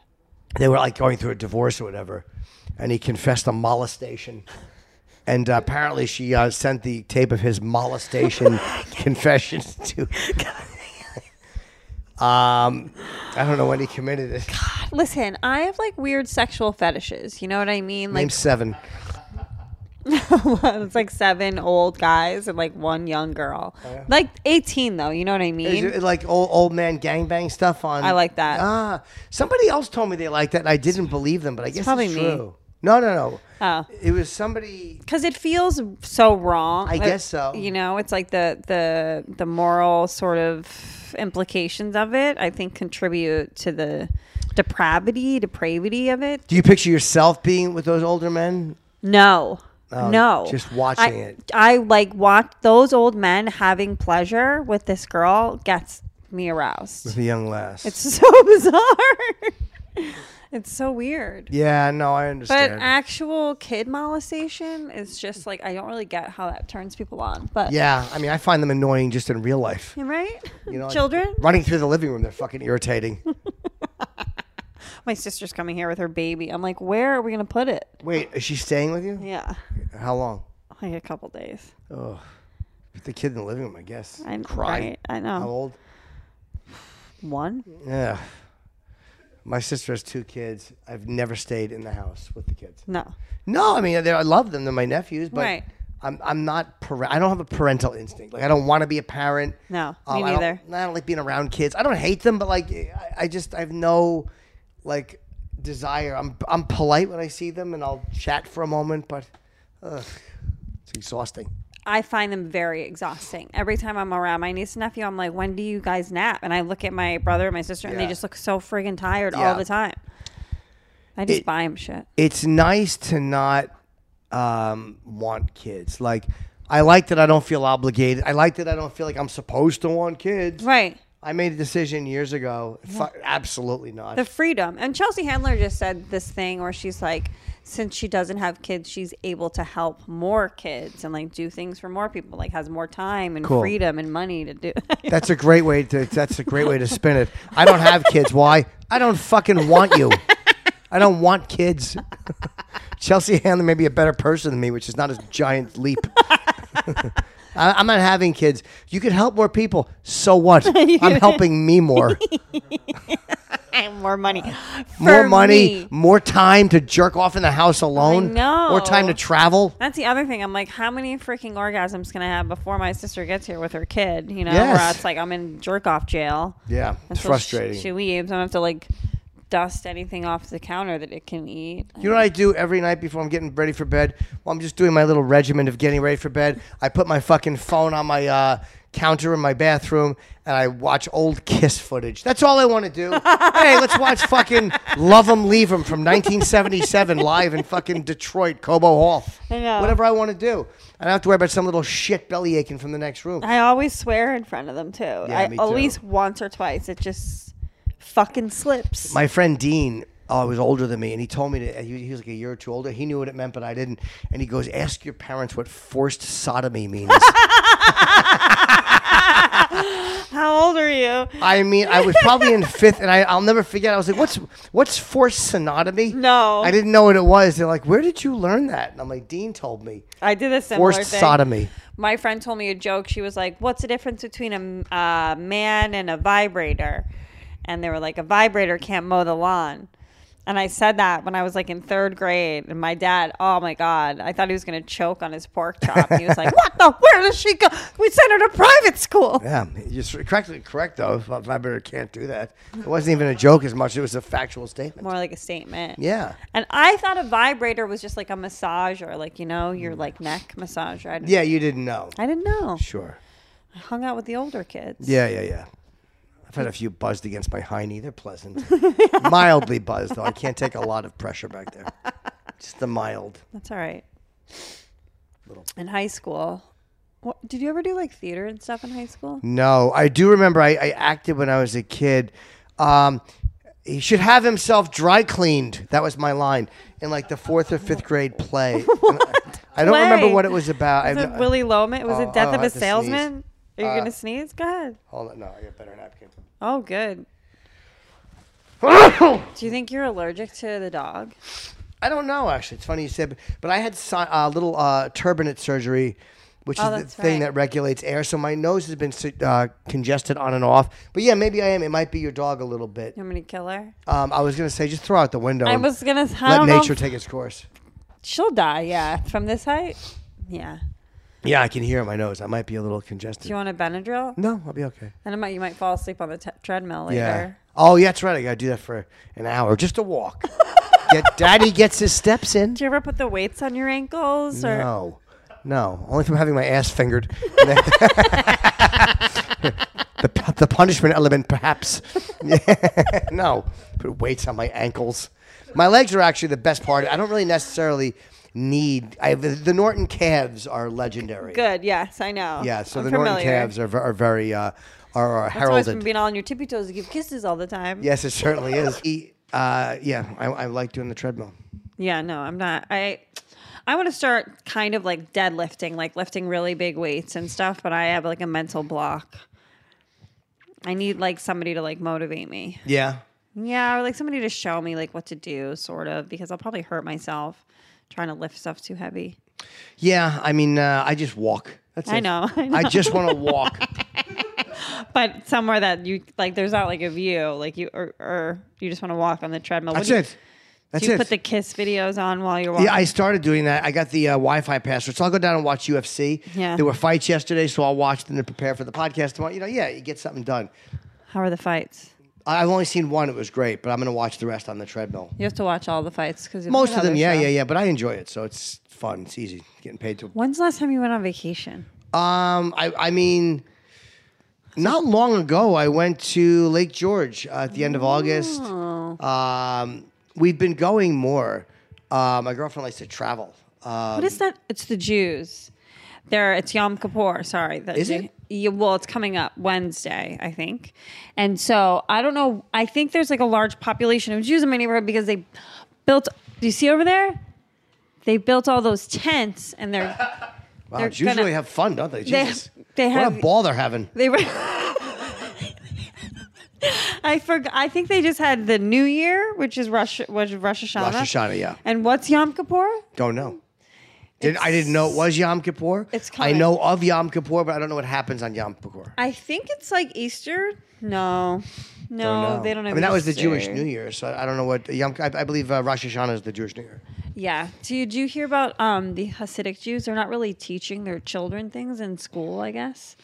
[SPEAKER 3] they were like going through a divorce or whatever, and he confessed to molestation. And uh, apparently, she uh, sent the tape of his molestation confession to. um, I don't know when he committed it.
[SPEAKER 2] Listen, I have like weird sexual fetishes. You know what I mean? Like
[SPEAKER 3] Name seven.
[SPEAKER 2] it's like seven old guys and like one young girl. Like 18 though, you know what I
[SPEAKER 3] Oh, Is
[SPEAKER 2] mean?
[SPEAKER 3] it like old old man gangbang stuff on?
[SPEAKER 2] I like that.
[SPEAKER 3] Ah, somebody else told me they liked that, and I didn't believe them, but I guess it's
[SPEAKER 2] probably me.
[SPEAKER 3] true. No, no, no.
[SPEAKER 2] Oh.
[SPEAKER 3] It was somebody.
[SPEAKER 2] Cuz it feels so wrong.
[SPEAKER 3] I
[SPEAKER 2] Like,
[SPEAKER 3] guess so.
[SPEAKER 2] You know, it's like the the the moral sort of implications of it I think contribute to the depravity, depravity of it.
[SPEAKER 3] Do you picture yourself being with those older men?
[SPEAKER 2] No. no.
[SPEAKER 3] Oh, just
[SPEAKER 2] I,
[SPEAKER 3] watching it.
[SPEAKER 2] I like watch those old men having pleasure with this girl gets me aroused.
[SPEAKER 3] The young lass.
[SPEAKER 2] It's so bizarre. it's so weird.
[SPEAKER 3] yeah, no, I
[SPEAKER 2] But
[SPEAKER 3] understand.
[SPEAKER 2] actual kid molestation is just like I don't really get how that turns people on. But
[SPEAKER 3] Yeah, I mean, I find them annoying just in real life.
[SPEAKER 2] right?
[SPEAKER 3] You know, like,
[SPEAKER 2] Children.
[SPEAKER 3] running through the living room, they're fucking irritating.
[SPEAKER 2] My sister's coming here with her baby. I'm like, where are we gonna put it?
[SPEAKER 3] Wait, is she staying with you?
[SPEAKER 2] Yeah,
[SPEAKER 3] How long?
[SPEAKER 2] like a couple days.
[SPEAKER 3] Oh, the kid in the living room, I guess.
[SPEAKER 2] I'm
[SPEAKER 3] Crying.
[SPEAKER 2] right. Oh. I
[SPEAKER 3] How
[SPEAKER 2] know.
[SPEAKER 3] old?
[SPEAKER 2] One.
[SPEAKER 3] Yeah. My sister has two kids. I've never stayed in the house with the kids.
[SPEAKER 2] No.
[SPEAKER 3] No, I mean, they're, I love them. They're my nephews, but
[SPEAKER 2] Right.
[SPEAKER 3] I'm I'm not. Par- I don't have a parental instinct. Like I don't want to be a parent.
[SPEAKER 2] No,
[SPEAKER 3] Um,
[SPEAKER 2] me
[SPEAKER 3] I
[SPEAKER 2] neither.
[SPEAKER 3] Don't, I don't like being around kids. I don't hate them, but like I, I just I have no like desire. I'm I'm polite when I see them, and I'll chat for a moment, but ugh, it's exhausting.
[SPEAKER 2] I find them very exhausting. Every time I'm around my niece and nephew, I'm like, when do you guys nap? And I look at my brother and my sister, and they
[SPEAKER 3] Yeah.
[SPEAKER 2] just look so friggin' tired all
[SPEAKER 3] Yeah.
[SPEAKER 2] the time. I just
[SPEAKER 3] It-
[SPEAKER 2] buy them shit.
[SPEAKER 3] It's nice to not um, want kids. Like I like that I don't feel obligated. I like that I don't feel like I'm supposed to want kids.
[SPEAKER 2] Right.
[SPEAKER 3] I made a decision years ago. Fu- absolutely not.
[SPEAKER 2] The freedom. And Chelsea Handler just said this thing where she's like, since she doesn't have kids, she's able to help more kids and like do things for more people, like has more time and
[SPEAKER 3] Cool.
[SPEAKER 2] freedom and money to do.
[SPEAKER 3] That's a great way to. That's a great way to spin it. I don't have kids. Why? I don't fucking want you. I don't want kids. Chelsea Handler may be a better person than me, which is not a giant leap. I, I'm not having kids. You could help more people. So what? I'm helping me more.
[SPEAKER 2] And more money.
[SPEAKER 3] more
[SPEAKER 2] For
[SPEAKER 3] money,
[SPEAKER 2] me.
[SPEAKER 3] more time to jerk off in the house alone.
[SPEAKER 2] know.
[SPEAKER 3] More time to travel.
[SPEAKER 2] That's the other thing. I'm like, how many freaking orgasms can I have before my sister gets here with her kid? You know, where
[SPEAKER 3] Yes.
[SPEAKER 2] it's like I'm in jerk off jail.
[SPEAKER 3] Yeah, it's
[SPEAKER 2] until
[SPEAKER 3] frustrating.
[SPEAKER 2] She, she leaves. I don't have to like dust anything off the counter that it can eat.
[SPEAKER 3] You know what I do every night before I'm getting ready for bed? Well, I'm just doing my little regimen of getting ready for bed. I put my fucking phone on my uh, counter in my bathroom and I watch old Kiss footage. That's all I want to do. hey, let's watch fucking Love 'em, Leave 'em from 1977 live in fucking Detroit, Cobo Hall.
[SPEAKER 2] I know.
[SPEAKER 3] Whatever I want to do. I don't have to worry about some little shit belly aching from the next room.
[SPEAKER 2] I always swear in front of them too. I
[SPEAKER 3] me
[SPEAKER 2] at
[SPEAKER 3] too.
[SPEAKER 2] least once or twice. It just fucking slips.
[SPEAKER 3] my friend Dean uh, was older than me, and he told me to. uh, He, he was like a year or two older. He knew what it meant, but I didn't. And he goes, "Ask your parents what forced sodomy means."
[SPEAKER 2] How old are you?
[SPEAKER 3] I mean, I was probably in fifth, and I, I'll never forget. I was like, "What's what's forced sodomy?"
[SPEAKER 2] No.
[SPEAKER 3] I didn't know what it was. They're like, "Where did you learn that?" And I'm like, "Dean told me."
[SPEAKER 2] I did a similar
[SPEAKER 3] Forced
[SPEAKER 2] thing.
[SPEAKER 3] sodomy.
[SPEAKER 2] My friend told me a joke. She was like, "What's the difference between a m- uh, man and a vibrator?" And they were like, "A vibrator can't mow the lawn." And I said that when I was like in third grade, and my dad, oh my god, I thought he was gonna choke on his pork chop. he was like, "What the? Where does she go? We sent her to private school."
[SPEAKER 3] Yeah, you're s- correctly correct though. If I better can't do that. It wasn't even a joke as much. It was a factual statement.
[SPEAKER 2] More like a statement.
[SPEAKER 3] Yeah.
[SPEAKER 2] And I thought a vibrator was just like a massager, like you know, your like neck massager. I didn't,
[SPEAKER 3] Mm. Yeah, you didn't know.
[SPEAKER 2] I didn't know.
[SPEAKER 3] Sure.
[SPEAKER 2] I hung out with the older kids.
[SPEAKER 3] Yeah, yeah, yeah. I've had a few buzzed against my hiney. They're pleasant. Mildly buzzed, though. I can't take a lot of pressure back there. Just the mild.
[SPEAKER 2] That's all right. In high school, what, did you ever do like theater and stuff in high school?
[SPEAKER 3] No, I do remember I, I acted when I was a kid. Um, he should have himself dry cleaned. That was my line in like the fourth or fifth grade play. And I, I don't remember
[SPEAKER 2] Play?
[SPEAKER 3] what it was about.
[SPEAKER 2] Was
[SPEAKER 3] I
[SPEAKER 2] it Willie Loman? Was
[SPEAKER 3] Oh,
[SPEAKER 2] it Death
[SPEAKER 3] I
[SPEAKER 2] of a
[SPEAKER 3] have to sneeze. Uh,
[SPEAKER 2] Salesman? Are you gonna sneeze? Go ahead.
[SPEAKER 3] Hold on, no, I got better napkin.
[SPEAKER 2] Oh, good. do you think you're allergic to the dog?
[SPEAKER 3] I don't know. Actually, it's funny you said, but, but I had si- uh, little uh, turbinate surgery, which
[SPEAKER 2] Oh,
[SPEAKER 3] is the
[SPEAKER 2] that's
[SPEAKER 3] thing
[SPEAKER 2] right.
[SPEAKER 3] that regulates air. So my nose has been si- uh, congested on and off. But yeah, maybe I am. It might be your dog a little bit.
[SPEAKER 2] You want me to kill her?
[SPEAKER 3] Um, I was gonna say just throw out the window.
[SPEAKER 2] I
[SPEAKER 3] and
[SPEAKER 2] was gonna. I
[SPEAKER 3] Um, let
[SPEAKER 2] don't know.
[SPEAKER 3] nature take its course.
[SPEAKER 2] She'll die. Yeah, from this height. Yeah.
[SPEAKER 3] Yeah, I can hear my nose. I might be a little
[SPEAKER 2] Do
[SPEAKER 3] congested.
[SPEAKER 2] you want a Benadryl?
[SPEAKER 3] no, I'll be okay.
[SPEAKER 2] And I might, you might fall asleep on the t- treadmill later.
[SPEAKER 3] Yeah. Oh yeah, that's right. I gotta do that for an hour, just a walk. Get daddy gets his steps in.
[SPEAKER 2] Do you ever put the weights on your ankles? Or
[SPEAKER 3] No, no. Only from having my ass fingered. the, pu- the punishment element, perhaps. no, put weights on my ankles. My legs are actually the best part. I don't really necessarily need. I the, the Norton calves are legendary.
[SPEAKER 2] Good. Yes, I know.
[SPEAKER 3] Yeah, so
[SPEAKER 2] I'm
[SPEAKER 3] the
[SPEAKER 2] familiar.
[SPEAKER 3] Norton calves are, ver- are very uh, are, are
[SPEAKER 2] That's always
[SPEAKER 3] heralded.
[SPEAKER 2] from being all on your tippy toes to give kisses all the time.
[SPEAKER 3] yes, it certainly is. He, uh, yeah, I, I like doing the treadmill.
[SPEAKER 2] Yeah. No, I'm not. I. I want to start kind of like deadlifting, like lifting really big weights and stuff, but I have like a mental block. I need like somebody to like motivate me.
[SPEAKER 3] Yeah.
[SPEAKER 2] Yeah, or like somebody to show me like what to do, sort of, because I'll probably hurt myself trying to lift stuff too heavy.
[SPEAKER 3] Yeah, I mean, uh, I just walk. That's
[SPEAKER 2] I
[SPEAKER 3] it.
[SPEAKER 2] know, I
[SPEAKER 3] I just want to walk.
[SPEAKER 2] But somewhere that you like, there's not like a view, like you or, or you just want to walk on the treadmill.
[SPEAKER 3] That's
[SPEAKER 2] Would you-
[SPEAKER 3] it. That's
[SPEAKER 2] do you
[SPEAKER 3] it.
[SPEAKER 2] put the kiss videos on while you're walking?
[SPEAKER 3] yeah, I started doing that. I got the uh, Wi-Fi password, so I'll go down and watch UFC.
[SPEAKER 2] Yeah.
[SPEAKER 3] there were fights yesterday, so I'll watch them to prepare for the podcast tomorrow. You know, yeah, you get something done.
[SPEAKER 2] How are the fights?
[SPEAKER 3] I- I've only seen one; it was great, but I'm going to watch the rest on the treadmill.
[SPEAKER 2] You have to watch all the fights because
[SPEAKER 3] Most of them, yeah, yeah, yeah. But I enjoy it, so it's fun. It's easy getting paid to.
[SPEAKER 2] When's the last time you went on vacation?
[SPEAKER 3] Um, I, I mean, not long ago, I went to Lake George uh, at the end of August.
[SPEAKER 2] Oh.
[SPEAKER 3] Um, we've been going more. Uh, my girlfriend likes to travel. Uh,
[SPEAKER 2] What is that? It's the Jews. There, it's Yom Kippur. Sorry, that
[SPEAKER 3] Is it?
[SPEAKER 2] Yeah, well, it's coming up Wednesday, I think, and so I don't know. I think there's like a large population of Jews in my neighborhood because they built. Do you see over there? They built all those tents, and they're
[SPEAKER 3] wow,
[SPEAKER 2] they're
[SPEAKER 3] Jews usually
[SPEAKER 2] gonna-
[SPEAKER 3] have fun, don't they?
[SPEAKER 2] They-
[SPEAKER 3] Jesus,
[SPEAKER 2] they
[SPEAKER 3] what a
[SPEAKER 2] have-
[SPEAKER 3] ball they're having.
[SPEAKER 2] They were. I forgot. I think they just had the New Year, which is Rosh, which is Rosh Hashanah.
[SPEAKER 3] Rosh Hashanah, yeah.
[SPEAKER 2] And what's Yom Kippur?
[SPEAKER 3] Don't know. Did, I didn't know it was Yom Kippur.
[SPEAKER 2] It's
[SPEAKER 3] I
[SPEAKER 2] coming.
[SPEAKER 3] know of Yom Kippur, but I don't know what happens on Yom Kippur.
[SPEAKER 2] I think it's like Easter. No, no,
[SPEAKER 3] Don't know.
[SPEAKER 2] they don't have.
[SPEAKER 3] I mean, that was the
[SPEAKER 2] Easter.
[SPEAKER 3] Jewish New Year, so I I don't know what Yom. I, I believe uh, Rosh Hashanah is the Jewish New Year.
[SPEAKER 2] Yeah. Did you hear about um, the Hasidic Jews? They're not really teaching their children things in school, I guess.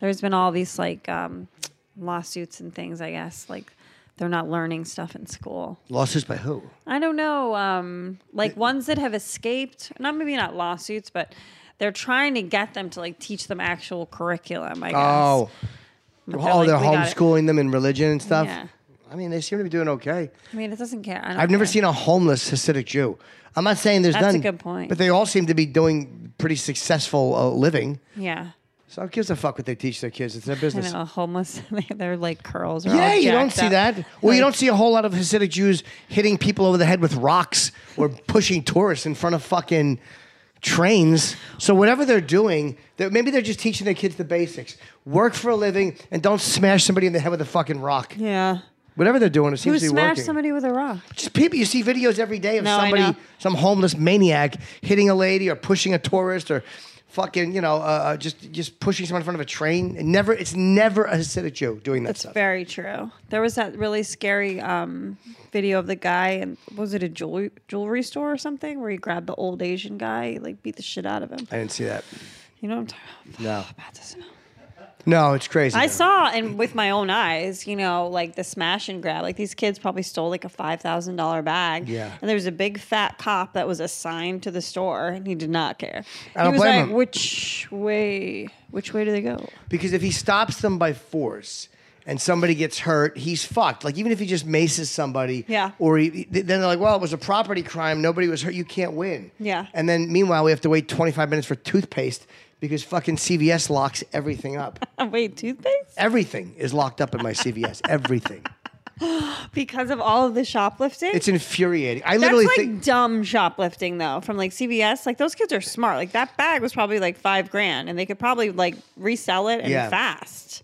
[SPEAKER 2] There's been all these like um, lawsuits and things, I guess. Like they're not learning stuff in school.
[SPEAKER 3] Lawsuits by who?
[SPEAKER 2] I don't know. Um, like ones that have escaped, not maybe not lawsuits, but they're trying to get them to like teach them actual curriculum, I guess.
[SPEAKER 3] Oh,
[SPEAKER 2] But
[SPEAKER 3] oh,
[SPEAKER 2] like,
[SPEAKER 3] they're
[SPEAKER 2] "We got it."
[SPEAKER 3] homeschooling them in religion and stuff.
[SPEAKER 2] Yeah.
[SPEAKER 3] I mean, they seem to be doing okay.
[SPEAKER 2] I mean, it doesn't care. I don't
[SPEAKER 3] I've never
[SPEAKER 2] care.
[SPEAKER 3] seen a homeless Hasidic Jew. I'm not saying there's
[SPEAKER 2] That's a
[SPEAKER 3] none.
[SPEAKER 2] good point.
[SPEAKER 3] But they all seem to be doing pretty successful uh, living.
[SPEAKER 2] Yeah.
[SPEAKER 3] So who gives a fuck what they teach their kids? It's their
[SPEAKER 2] I
[SPEAKER 3] business.
[SPEAKER 2] know, homeless. They're like curls. Are
[SPEAKER 3] Yeah,
[SPEAKER 2] all
[SPEAKER 3] you don't
[SPEAKER 2] jacked
[SPEAKER 3] see
[SPEAKER 2] up.
[SPEAKER 3] that. Well,
[SPEAKER 2] Like-
[SPEAKER 3] you don't see a whole lot of Hasidic Jews hitting people over the head with rocks or pushing tourists in front of fucking trains. So whatever they're doing, they're, maybe they're just teaching their kids the basics. Work for a living and don't smash somebody in the head with a fucking rock.
[SPEAKER 2] Yeah.
[SPEAKER 3] Whatever they're doing, it
[SPEAKER 2] Who
[SPEAKER 3] seems to be
[SPEAKER 2] smashed
[SPEAKER 3] working.
[SPEAKER 2] somebody with a rock?
[SPEAKER 3] Just people, you see videos every day of
[SPEAKER 2] No, I know.
[SPEAKER 3] somebody, some homeless maniac hitting a lady or pushing a tourist or fucking, you know, uh, uh, just just pushing someone in front of a train. It never, it's never a Hasidic Jew doing that
[SPEAKER 2] That's
[SPEAKER 3] stuff.
[SPEAKER 2] very true. There was that really scary um, video of the guy, and was it a jewelry, jewelry store or something, where he grabbed the old Asian guy, like beat the shit out of him.
[SPEAKER 3] I didn't see that.
[SPEAKER 2] You know what I'm talking about?
[SPEAKER 3] No.
[SPEAKER 2] About to smell.
[SPEAKER 3] No, it's crazy.
[SPEAKER 2] I
[SPEAKER 3] man.
[SPEAKER 2] saw, and with my own eyes, you know, like the smash and grab. Like these kids probably stole like a five thousand dollar bag.
[SPEAKER 3] Yeah.
[SPEAKER 2] And there was a big fat cop that was assigned to the store, and he did not care.
[SPEAKER 3] I don't
[SPEAKER 2] he was
[SPEAKER 3] blame
[SPEAKER 2] like,
[SPEAKER 3] him.
[SPEAKER 2] "Which way? Which way do they go?"
[SPEAKER 3] because if he stops them by force and somebody gets hurt, he's fucked. Like even if he just maces somebody,
[SPEAKER 2] Yeah.
[SPEAKER 3] Or he, then they're like, well, it was a property crime. Nobody was hurt. You can't win.
[SPEAKER 2] Yeah.
[SPEAKER 3] And then meanwhile, we have to wait 25 minutes for toothpaste because fucking CVS locks everything up.
[SPEAKER 2] Uh, Wait, toothpaste?
[SPEAKER 3] everything is locked up in my CVS. Everything.
[SPEAKER 2] Because of all of the shoplifting.
[SPEAKER 3] It's infuriating. I
[SPEAKER 2] That's
[SPEAKER 3] literally
[SPEAKER 2] like
[SPEAKER 3] think.
[SPEAKER 2] dumb shoplifting though from like CVS. Like those kids are smart. Like that bag was probably like five grand and they could probably like resell it and
[SPEAKER 3] Yeah.
[SPEAKER 2] fast.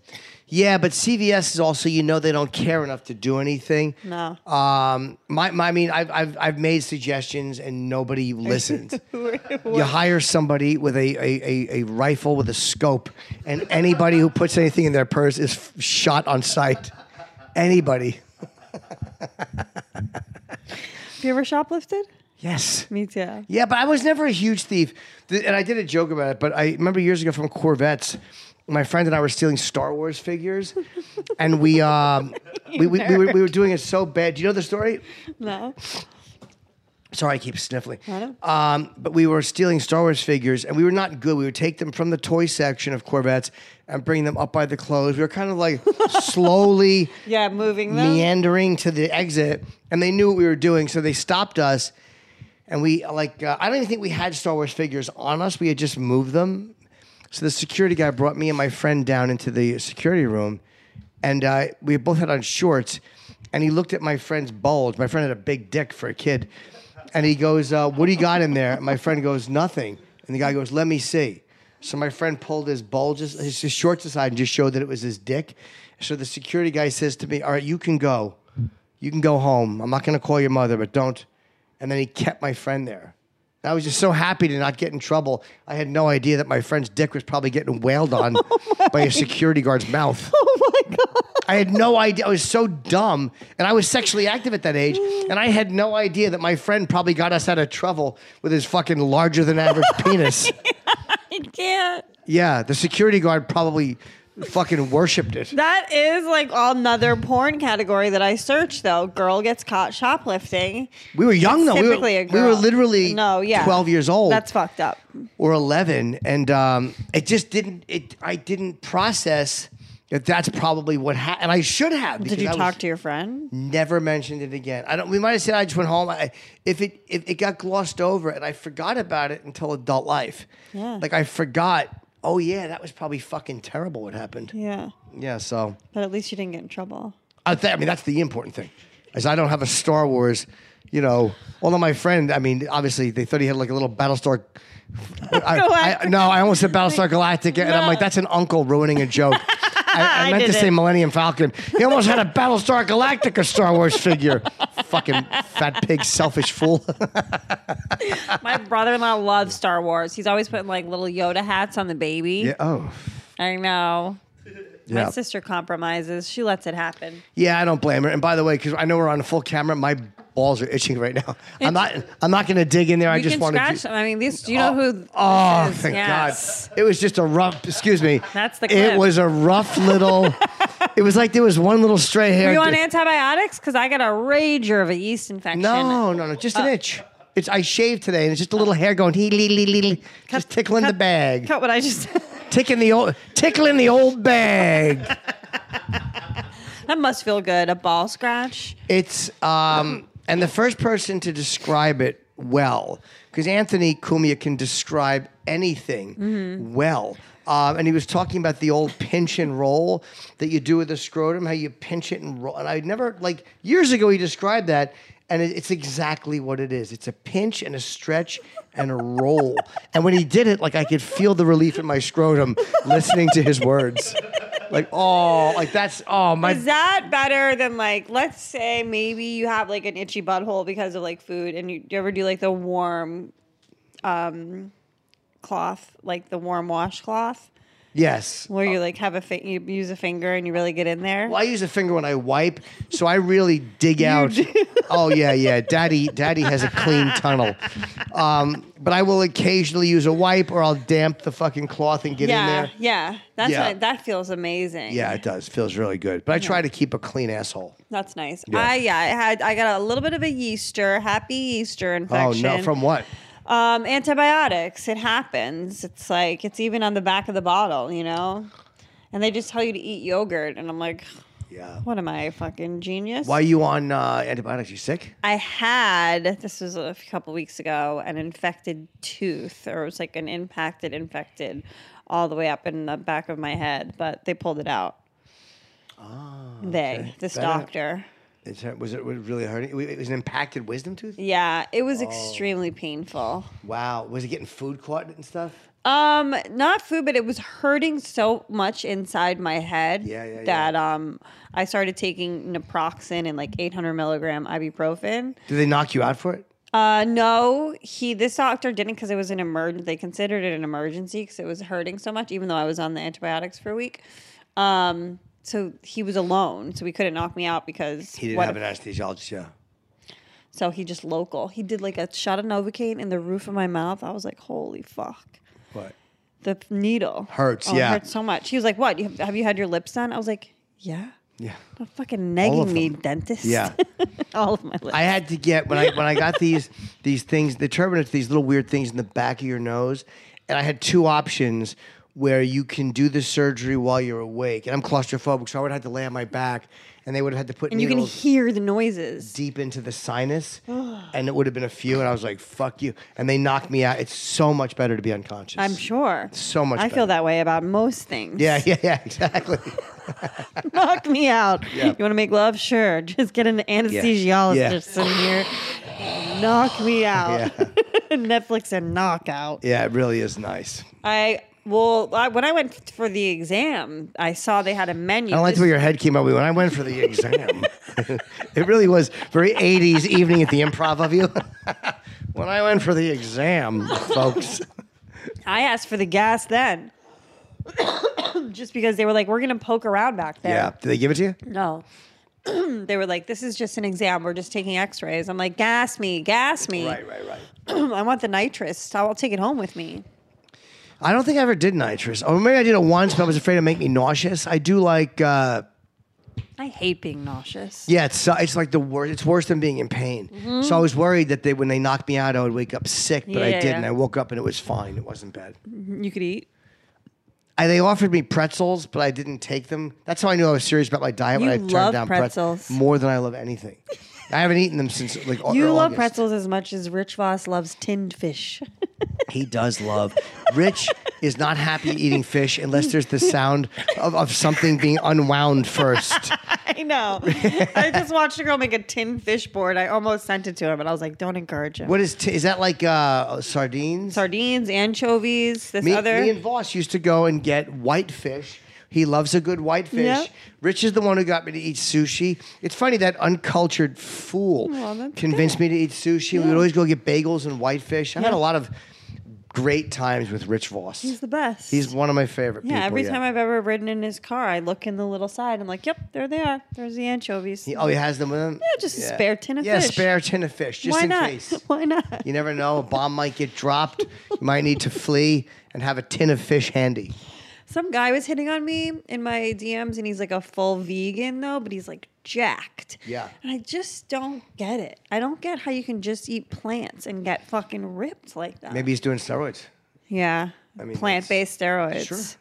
[SPEAKER 3] Yeah, but CVS is also you know they don't care enough to do anything.
[SPEAKER 2] No.
[SPEAKER 3] Um, my, my I mean I've, I've I've made suggestions and nobody listens. you hire somebody with a, a, a, a rifle with a scope, and anybody who puts anything in their purse is f- shot on sight. Anybody.
[SPEAKER 2] Have you ever shoplifted?
[SPEAKER 3] Yes.
[SPEAKER 2] Me too.
[SPEAKER 3] Yeah, but I was never a huge thief. Th- And I did a joke about it, but I remember years ago from Corvettes, my friend and I were stealing Star Wars figures. and we, um, we, we, we, were, we were doing it so bad. Do you know the story?
[SPEAKER 2] No.
[SPEAKER 3] Sorry, I keep sniffling.
[SPEAKER 2] don't-
[SPEAKER 3] Um, but we were stealing Star Wars figures, and we were not good. We would take them from the toy section of Corvettes and bring them up by the clothes. We were kind of like slowly
[SPEAKER 2] Yeah, moving them.
[SPEAKER 3] meandering to the exit, and they knew what we were doing, so they stopped us. And we like, uh, I don't even think we had Star Wars figures on us. We had just moved them. So the security guy brought me and my friend down into the security room, and uh, we both had on shorts. And he looked at my friend's bulge. My friend had a big dick for a kid, and he goes, uh, "What do you got in there?" And my friend goes, "Nothing." And the guy goes, "Let me see." So my friend pulled his bulges, his, his shorts aside, and just showed that it was his dick. So the security guy says to me, "All right, you can go, you can go home. I'm not going to call your mother, but don't." And then he kept my friend there. And I was just so happy to not get in trouble. I had no idea that my friend's dick was probably getting wailed on by a security guard's mouth.
[SPEAKER 2] Oh my god.
[SPEAKER 3] I had no idea. I was so dumb, and I was sexually active at that age, and I had no idea that my friend probably got us out of trouble with his fucking larger than average penis.
[SPEAKER 2] I can't.
[SPEAKER 3] Yeah, the security guard probably fucking worshipped it.
[SPEAKER 2] That is like another porn category that I searched though. Girl gets caught shoplifting.
[SPEAKER 3] We were young though. We were,
[SPEAKER 2] Typically a
[SPEAKER 3] we
[SPEAKER 2] girl.
[SPEAKER 3] were literally
[SPEAKER 2] no, yeah.
[SPEAKER 3] twelve years old.
[SPEAKER 2] That's fucked up.
[SPEAKER 3] or 11 and um, it just didn't it i didn't process that that's probably what happened and i should have
[SPEAKER 2] Did
[SPEAKER 3] because
[SPEAKER 2] you
[SPEAKER 3] I
[SPEAKER 2] talk
[SPEAKER 3] was- Mm.
[SPEAKER 2] to your friend?
[SPEAKER 3] never mentioned it again i don't we might have said i just went home I, if it if it got glossed over and i forgot about it until adult life
[SPEAKER 2] Yeah.
[SPEAKER 3] like i forgot oh yeah that was probably fucking terrible what happened yeah,
[SPEAKER 2] Yeah.
[SPEAKER 3] so
[SPEAKER 2] But at least you didn't get in trouble.
[SPEAKER 3] I, th- I mean that's the important thing is i don't have a star wars you know although my friend i mean obviously they thought he had like a little battlestar I, I,
[SPEAKER 2] Galactica.
[SPEAKER 3] no, I almost said Battlestar Galactica, and I'm like, that's an uncle ruining a joke. I, I
[SPEAKER 2] I
[SPEAKER 3] meant to
[SPEAKER 2] did
[SPEAKER 3] say
[SPEAKER 2] it.
[SPEAKER 3] Millennium Falcon. He almost had a Battlestar Galactica Star Wars figure. fucking fat pig, selfish fool.
[SPEAKER 2] My brother-in-law loves Star Wars. He's always putting like little Yoda hats on the baby.
[SPEAKER 3] yeah. Oh.
[SPEAKER 2] I know. My
[SPEAKER 3] Yeah.
[SPEAKER 2] sister compromises. She lets it happen.
[SPEAKER 3] Yeah, I don't blame her. And by the way, because I know we're on a full camera, my balls are itching right now. I'm not. I'm not going to dig in there. I
[SPEAKER 2] you
[SPEAKER 3] just
[SPEAKER 2] can
[SPEAKER 3] want to.
[SPEAKER 2] scratch them. I mean, these. Do you know who?
[SPEAKER 3] Oh,
[SPEAKER 2] this is?
[SPEAKER 3] thank
[SPEAKER 2] Yes.
[SPEAKER 3] God. It was just a rough, excuse me.
[SPEAKER 2] That's the clip.
[SPEAKER 3] It was a rough little, it was like there was one little stray hair.
[SPEAKER 2] Are you on antibiotics? Because I got a rager of a yeast infection.
[SPEAKER 3] no, no, no, just
[SPEAKER 2] Uh,
[SPEAKER 3] an itch. It's, I shaved today and it's just a little hair going, hee, lee, lee, lee, lee, just tickling the bag.
[SPEAKER 2] Cut what I just.
[SPEAKER 3] Tickling the old, tickling the old bag.
[SPEAKER 2] that must feel good. A ball scratch.
[SPEAKER 3] It's, um, and the first person to describe it well, because Anthony Cumia can describe anything well. Um, and he was talking about the old pinch and roll that you do with the scrotum, how you pinch it and roll. And I never, like, years ago he described that, and it, it's exactly what it is it's a pinch and a stretch and a roll. and when he did it, like, I could feel the relief in my scrotum listening to his words. Like, oh, like that's, oh, my.
[SPEAKER 2] Is that better than like, let's say maybe you have like an itchy butthole because of like food, and you, you ever do like the warm, um, cloth, like the warm washcloth,
[SPEAKER 3] yes.
[SPEAKER 2] where you like have a fi- you use a finger and you really get in there.
[SPEAKER 3] Well, I use a finger when I wipe, so I really dig out. Oh yeah, yeah. Daddy, daddy has a clean tunnel. Um, but I will occasionally use a wipe, or I'll damp the fucking cloth and get in
[SPEAKER 2] Yeah,
[SPEAKER 3] there.
[SPEAKER 2] yeah. That's
[SPEAKER 3] Yeah.
[SPEAKER 2] what- that feels amazing.
[SPEAKER 3] Yeah, it does. Feels really good. But I try to keep a clean asshole.
[SPEAKER 2] That's nice.
[SPEAKER 3] Yeah.
[SPEAKER 2] I yeah, I had I got a little bit of a yeaster, happy yeaster infection.
[SPEAKER 3] Oh no, from what?
[SPEAKER 2] um antibiotics. It happens. It's like it's even on the back of the bottle, you know? And they just tell you to eat yogurt and I'm like,
[SPEAKER 3] Yeah.
[SPEAKER 2] what am I, a fucking genius?
[SPEAKER 3] Why are you on uh, antibiotics? You sick?
[SPEAKER 2] I had this was a couple weeks ago an infected tooth, or it was like an impacted infected, all the way up in the back of my head, but they pulled it out. they, this
[SPEAKER 3] Ah, Better.
[SPEAKER 2] doctor.
[SPEAKER 3] Is that- was it was it really hurting? It was an impacted wisdom tooth.
[SPEAKER 2] Yeah, it was
[SPEAKER 3] Oh.
[SPEAKER 2] extremely painful.
[SPEAKER 3] Wow. Was it getting food caught in it and stuff?
[SPEAKER 2] Um, not food, but it was hurting so much inside my head
[SPEAKER 3] Yeah, yeah, yeah.
[SPEAKER 2] that um I started taking naproxen and like 800 milligram ibuprofen.
[SPEAKER 3] Did they knock you out for it?
[SPEAKER 2] Uh, no, he this doctor didn't because it was an emergency. They considered it an emergency because it was hurting so much, even though I was on the antibiotics for a week. Um, so he was alone, so he couldn't knock me out because
[SPEAKER 3] He didn't
[SPEAKER 2] what
[SPEAKER 3] have
[SPEAKER 2] if-
[SPEAKER 3] an anesthesiologist. Yeah.
[SPEAKER 2] So he just local. He did like a shot of Novocaine in the roof of my mouth. I was like, holy fuck.
[SPEAKER 3] What?
[SPEAKER 2] the p- needle
[SPEAKER 3] Hurts,
[SPEAKER 2] Oh,
[SPEAKER 3] yeah.
[SPEAKER 2] it hurts so much. He was like, "What? You have, have you had your lips done?" I was like, "Yeah."
[SPEAKER 3] Yeah.
[SPEAKER 2] Don't fucking
[SPEAKER 3] All of
[SPEAKER 2] nagging me,
[SPEAKER 3] them.
[SPEAKER 2] dentist.
[SPEAKER 3] Yeah.
[SPEAKER 2] all of my lips.
[SPEAKER 3] I had to get when I when I got these these things, the turbinates, these little weird things in the back of your nose, and I had two options where you can do the surgery while you're awake. And I'm claustrophobic, so I would have to lay on my back, and they would have had to put
[SPEAKER 2] and you can
[SPEAKER 3] needles
[SPEAKER 2] hear the noises.
[SPEAKER 3] deep into the sinus, and it would have been a few. And I was like, "Fuck you!" And they knocked me out. It's so much better to be unconscious.
[SPEAKER 2] I'm sure.
[SPEAKER 3] So much
[SPEAKER 2] I
[SPEAKER 3] better.
[SPEAKER 2] feel that way about most things.
[SPEAKER 3] Yeah, yeah, yeah, exactly.
[SPEAKER 2] Knock me out.
[SPEAKER 3] Yeah.
[SPEAKER 2] You want to make love? Sure. Just get an anesthesiologist in here. and Knock me out.
[SPEAKER 3] Yeah.
[SPEAKER 2] Netflix and knockout.
[SPEAKER 3] yeah, it really is nice.
[SPEAKER 2] I well, I, when I went for the exam, I saw they had a menu.
[SPEAKER 3] I don't like
[SPEAKER 2] This-
[SPEAKER 3] the way your head came up when I went for the exam. it really was very 80s evening at the improv of you. when I went for the exam, folks.
[SPEAKER 2] I asked for the gas then. just because they were like, we're going to poke around back
[SPEAKER 3] Yeah.
[SPEAKER 2] there.
[SPEAKER 3] Did they give it to you?
[SPEAKER 2] No. they were like, this is just an exam. We're just taking x rays. I'm like, gas me, gas me.
[SPEAKER 3] right, right.
[SPEAKER 2] I want the nitrous. I'll take it home with me.
[SPEAKER 3] I don't think I ever did nitrous. Or maybe I did it once, but I was afraid it'd make me nauseous. I do like, uh,
[SPEAKER 2] I hate being nauseous.
[SPEAKER 3] yeah, it's, uh, it's like the worst. It's worse than being in pain. So I was worried that they, when they knocked me out, I would wake up sick, but I
[SPEAKER 2] Mm-hmm. Yeah,
[SPEAKER 3] didn't.
[SPEAKER 2] yeah.
[SPEAKER 3] I woke up and it was fine. It wasn't bad.
[SPEAKER 2] You could eat.
[SPEAKER 3] I, they offered me pretzels, but I didn't take them. That's how I knew I was serious about my diet when
[SPEAKER 2] You
[SPEAKER 3] I turned
[SPEAKER 2] love
[SPEAKER 3] down
[SPEAKER 2] pretzels.
[SPEAKER 3] more than I love anything. I haven't eaten them since like au-
[SPEAKER 2] You
[SPEAKER 3] early
[SPEAKER 2] love
[SPEAKER 3] August.
[SPEAKER 2] pretzels as much as Rich Voss loves tinned fish.
[SPEAKER 3] He does love. Rich is not happy eating fish unless there's the sound of, of something being unwound first.
[SPEAKER 2] I know. I just watched a girl make a tinned fish board. I almost sent it to him, and I was like, don't encourage him.
[SPEAKER 3] What is t- is that like uh, sardines?
[SPEAKER 2] Sardines, anchovies, this
[SPEAKER 3] Me,
[SPEAKER 2] other.
[SPEAKER 3] me and Voss used to go and get white fish. He loves a good whitefish.
[SPEAKER 2] Yeah.
[SPEAKER 3] Rich is the one who got me to eat sushi. It's funny that uncultured fool
[SPEAKER 2] Well, that's
[SPEAKER 3] convinced me to eat sushi. We would always go get bagels and whitefish. I had
[SPEAKER 2] Yeah.
[SPEAKER 3] a lot of great times with Rich Voss.
[SPEAKER 2] He's the best.
[SPEAKER 3] He's one of my favorite
[SPEAKER 2] yeah,
[SPEAKER 3] people.
[SPEAKER 2] every time I've ever ridden in his car, I look in the little side. I'm like, yep, there they are. There's the anchovies.
[SPEAKER 3] He, oh, he has them with him?
[SPEAKER 2] Yeah, just a spare tin of
[SPEAKER 3] yeah,
[SPEAKER 2] fish.
[SPEAKER 3] spare tin of fish, just
[SPEAKER 2] Why
[SPEAKER 3] in
[SPEAKER 2] not?
[SPEAKER 3] case.
[SPEAKER 2] Why not?
[SPEAKER 3] You never know. A bomb might get dropped. You might need to flee and have a tin of fish handy.
[SPEAKER 2] Some guy was hitting on me in my DMs, and he's like a full vegan though, but he's like jacked.
[SPEAKER 3] Yeah.
[SPEAKER 2] And I just don't get it. I don't get how you can just eat plants and get fucking ripped like that.
[SPEAKER 3] Maybe he's doing steroids.
[SPEAKER 2] Yeah.
[SPEAKER 3] I mean,
[SPEAKER 2] plant-based steroids.
[SPEAKER 3] Sure.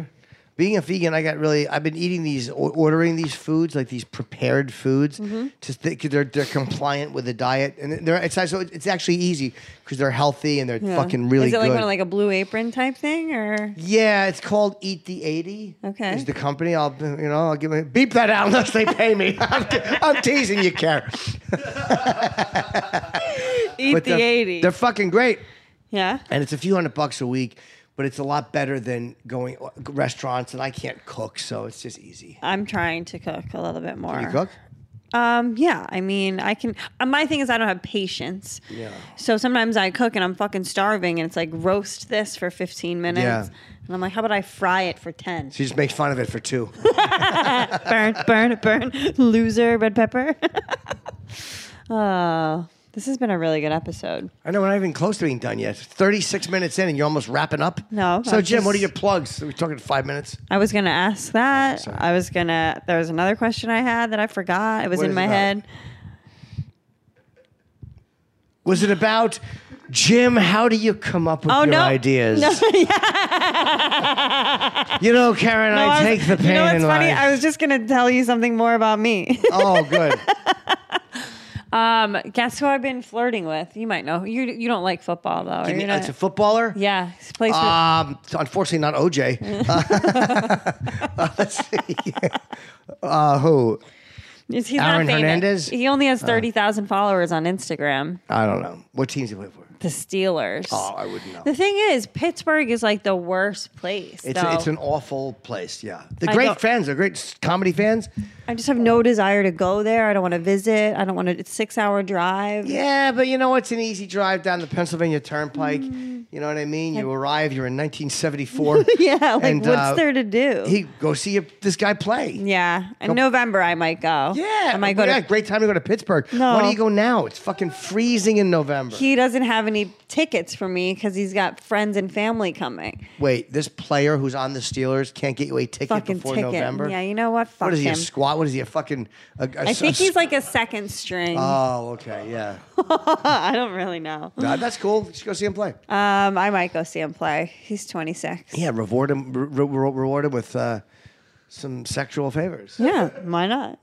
[SPEAKER 3] Sure. Being a vegan, I got really. I've been eating these, or ordering these foods, like these prepared foods,
[SPEAKER 2] Mm-hmm.
[SPEAKER 3] just th- 'cause they're they're compliant with the diet, and they're it's so it's actually easy because they're healthy and they're
[SPEAKER 2] Yeah.
[SPEAKER 3] fucking really
[SPEAKER 2] Is it like
[SPEAKER 3] good.
[SPEAKER 2] one of like a blue apron type thing or
[SPEAKER 3] Yeah, it's called Eat the Eighty.
[SPEAKER 2] Okay.
[SPEAKER 3] is the company? I'll you know I'll give a beep that out unless they pay me. I'm, I'm teasing you, Karen.
[SPEAKER 2] eat
[SPEAKER 3] But
[SPEAKER 2] the
[SPEAKER 3] they're-
[SPEAKER 2] 80?
[SPEAKER 3] They're fucking great,
[SPEAKER 2] yeah.
[SPEAKER 3] and it's a few hundred bucks a week, but it's a lot better than going uh, restaurants. And I can't cook, so it's just easy.
[SPEAKER 2] I'm trying to cook a little bit more.
[SPEAKER 3] You cook?
[SPEAKER 2] Um, yeah. I mean, I can. uh, My thing is, I don't have patience.
[SPEAKER 3] Yeah.
[SPEAKER 2] So sometimes I cook and I'm fucking starving, and it's like roast this for 15 minutes,
[SPEAKER 3] Yeah.
[SPEAKER 2] and I'm like, how about I fry it for 10?
[SPEAKER 3] She just makes fun of it for two.
[SPEAKER 2] burn, burn, burn, loser, red pepper. uh, this has been a really good episode.
[SPEAKER 3] I know we're not even close to being done yet. Thirty six minutes in, and you're almost wrapping up.
[SPEAKER 2] No,
[SPEAKER 3] So
[SPEAKER 2] I'm
[SPEAKER 3] Jim, what are
[SPEAKER 2] just-
[SPEAKER 3] your plugs? We're talking five minutes.
[SPEAKER 2] I was gonna ask that.
[SPEAKER 3] Oh, sorry.
[SPEAKER 2] I was gonna. There was another question I had that I forgot. It was
[SPEAKER 3] What
[SPEAKER 2] in
[SPEAKER 3] is
[SPEAKER 2] my
[SPEAKER 3] it about?
[SPEAKER 2] head.
[SPEAKER 3] Was it about Jim? How do you come up with
[SPEAKER 2] Oh,
[SPEAKER 3] your
[SPEAKER 2] no.
[SPEAKER 3] ideas? you know, Karen,
[SPEAKER 2] No,
[SPEAKER 3] I,
[SPEAKER 2] I
[SPEAKER 3] take
[SPEAKER 2] was-
[SPEAKER 3] the pain
[SPEAKER 2] You know what's
[SPEAKER 3] in
[SPEAKER 2] funny?
[SPEAKER 3] life.
[SPEAKER 2] I was just gonna tell you something more about me.
[SPEAKER 3] oh, good.
[SPEAKER 2] um, guess who I've been flirting with? You might know. You you don't like football though.
[SPEAKER 3] I
[SPEAKER 2] You're
[SPEAKER 3] mean,
[SPEAKER 2] not-
[SPEAKER 3] it's a footballer.
[SPEAKER 2] yeah, he plays for-
[SPEAKER 3] Um, unfortunately, not OJ. Uh, let's see. Uh, who?
[SPEAKER 2] he's he's
[SPEAKER 3] Aaron
[SPEAKER 2] not famous.
[SPEAKER 3] Hernandez? Uh.
[SPEAKER 2] He only has thirty thousand followers on Instagram.
[SPEAKER 3] I don't know. What teams he play for?
[SPEAKER 2] The Steelers.
[SPEAKER 3] Oh, I wouldn't know.
[SPEAKER 2] The thing is, Pittsburgh is like the worst place.
[SPEAKER 3] It's,
[SPEAKER 2] though.
[SPEAKER 3] it's an awful place. Yeah, they're
[SPEAKER 2] I
[SPEAKER 3] great
[SPEAKER 2] don't-
[SPEAKER 3] fans. They're great s- comedy fans.
[SPEAKER 2] I just have no desire to go there. I don't want to visit. I don't want to. It's six hour drive.
[SPEAKER 3] Yeah, but you know it's an easy drive down the Pennsylvania Turnpike.
[SPEAKER 2] Mm.
[SPEAKER 3] You know what I mean? You arrive. You're in 1974.
[SPEAKER 2] Yeah, like
[SPEAKER 3] And,
[SPEAKER 2] what's
[SPEAKER 3] uh,
[SPEAKER 2] there to do?
[SPEAKER 3] He go see a, this guy play.
[SPEAKER 2] yeah, in
[SPEAKER 3] Go-
[SPEAKER 2] November I might go.
[SPEAKER 3] Yeah,
[SPEAKER 2] I might go
[SPEAKER 3] yeah,
[SPEAKER 2] to.
[SPEAKER 3] great time to go to Pittsburgh.
[SPEAKER 2] No.
[SPEAKER 3] Why do you go now? It's fucking freezing in November.
[SPEAKER 2] He doesn't have any tickets for me because he's got friends and family coming.
[SPEAKER 3] Wait, this player who's on the Steelers can't get you a ticket
[SPEAKER 2] Fucking
[SPEAKER 3] before
[SPEAKER 2] ticket.
[SPEAKER 3] November.
[SPEAKER 2] Yeah, you know what? Fuck
[SPEAKER 3] what is he
[SPEAKER 2] him.
[SPEAKER 3] a squat? What is he a fucking? A, a-
[SPEAKER 2] I think
[SPEAKER 3] a-
[SPEAKER 2] he's like a second string.
[SPEAKER 3] Oh, okay, yeah,
[SPEAKER 2] I don't really know.
[SPEAKER 3] Nah, that's cool. Just go see him play.
[SPEAKER 2] Um, I might go see him play. He's 26.
[SPEAKER 3] yeah, reward him, re- re- reward him with uh, some sexual favors.
[SPEAKER 2] Yeah, why not?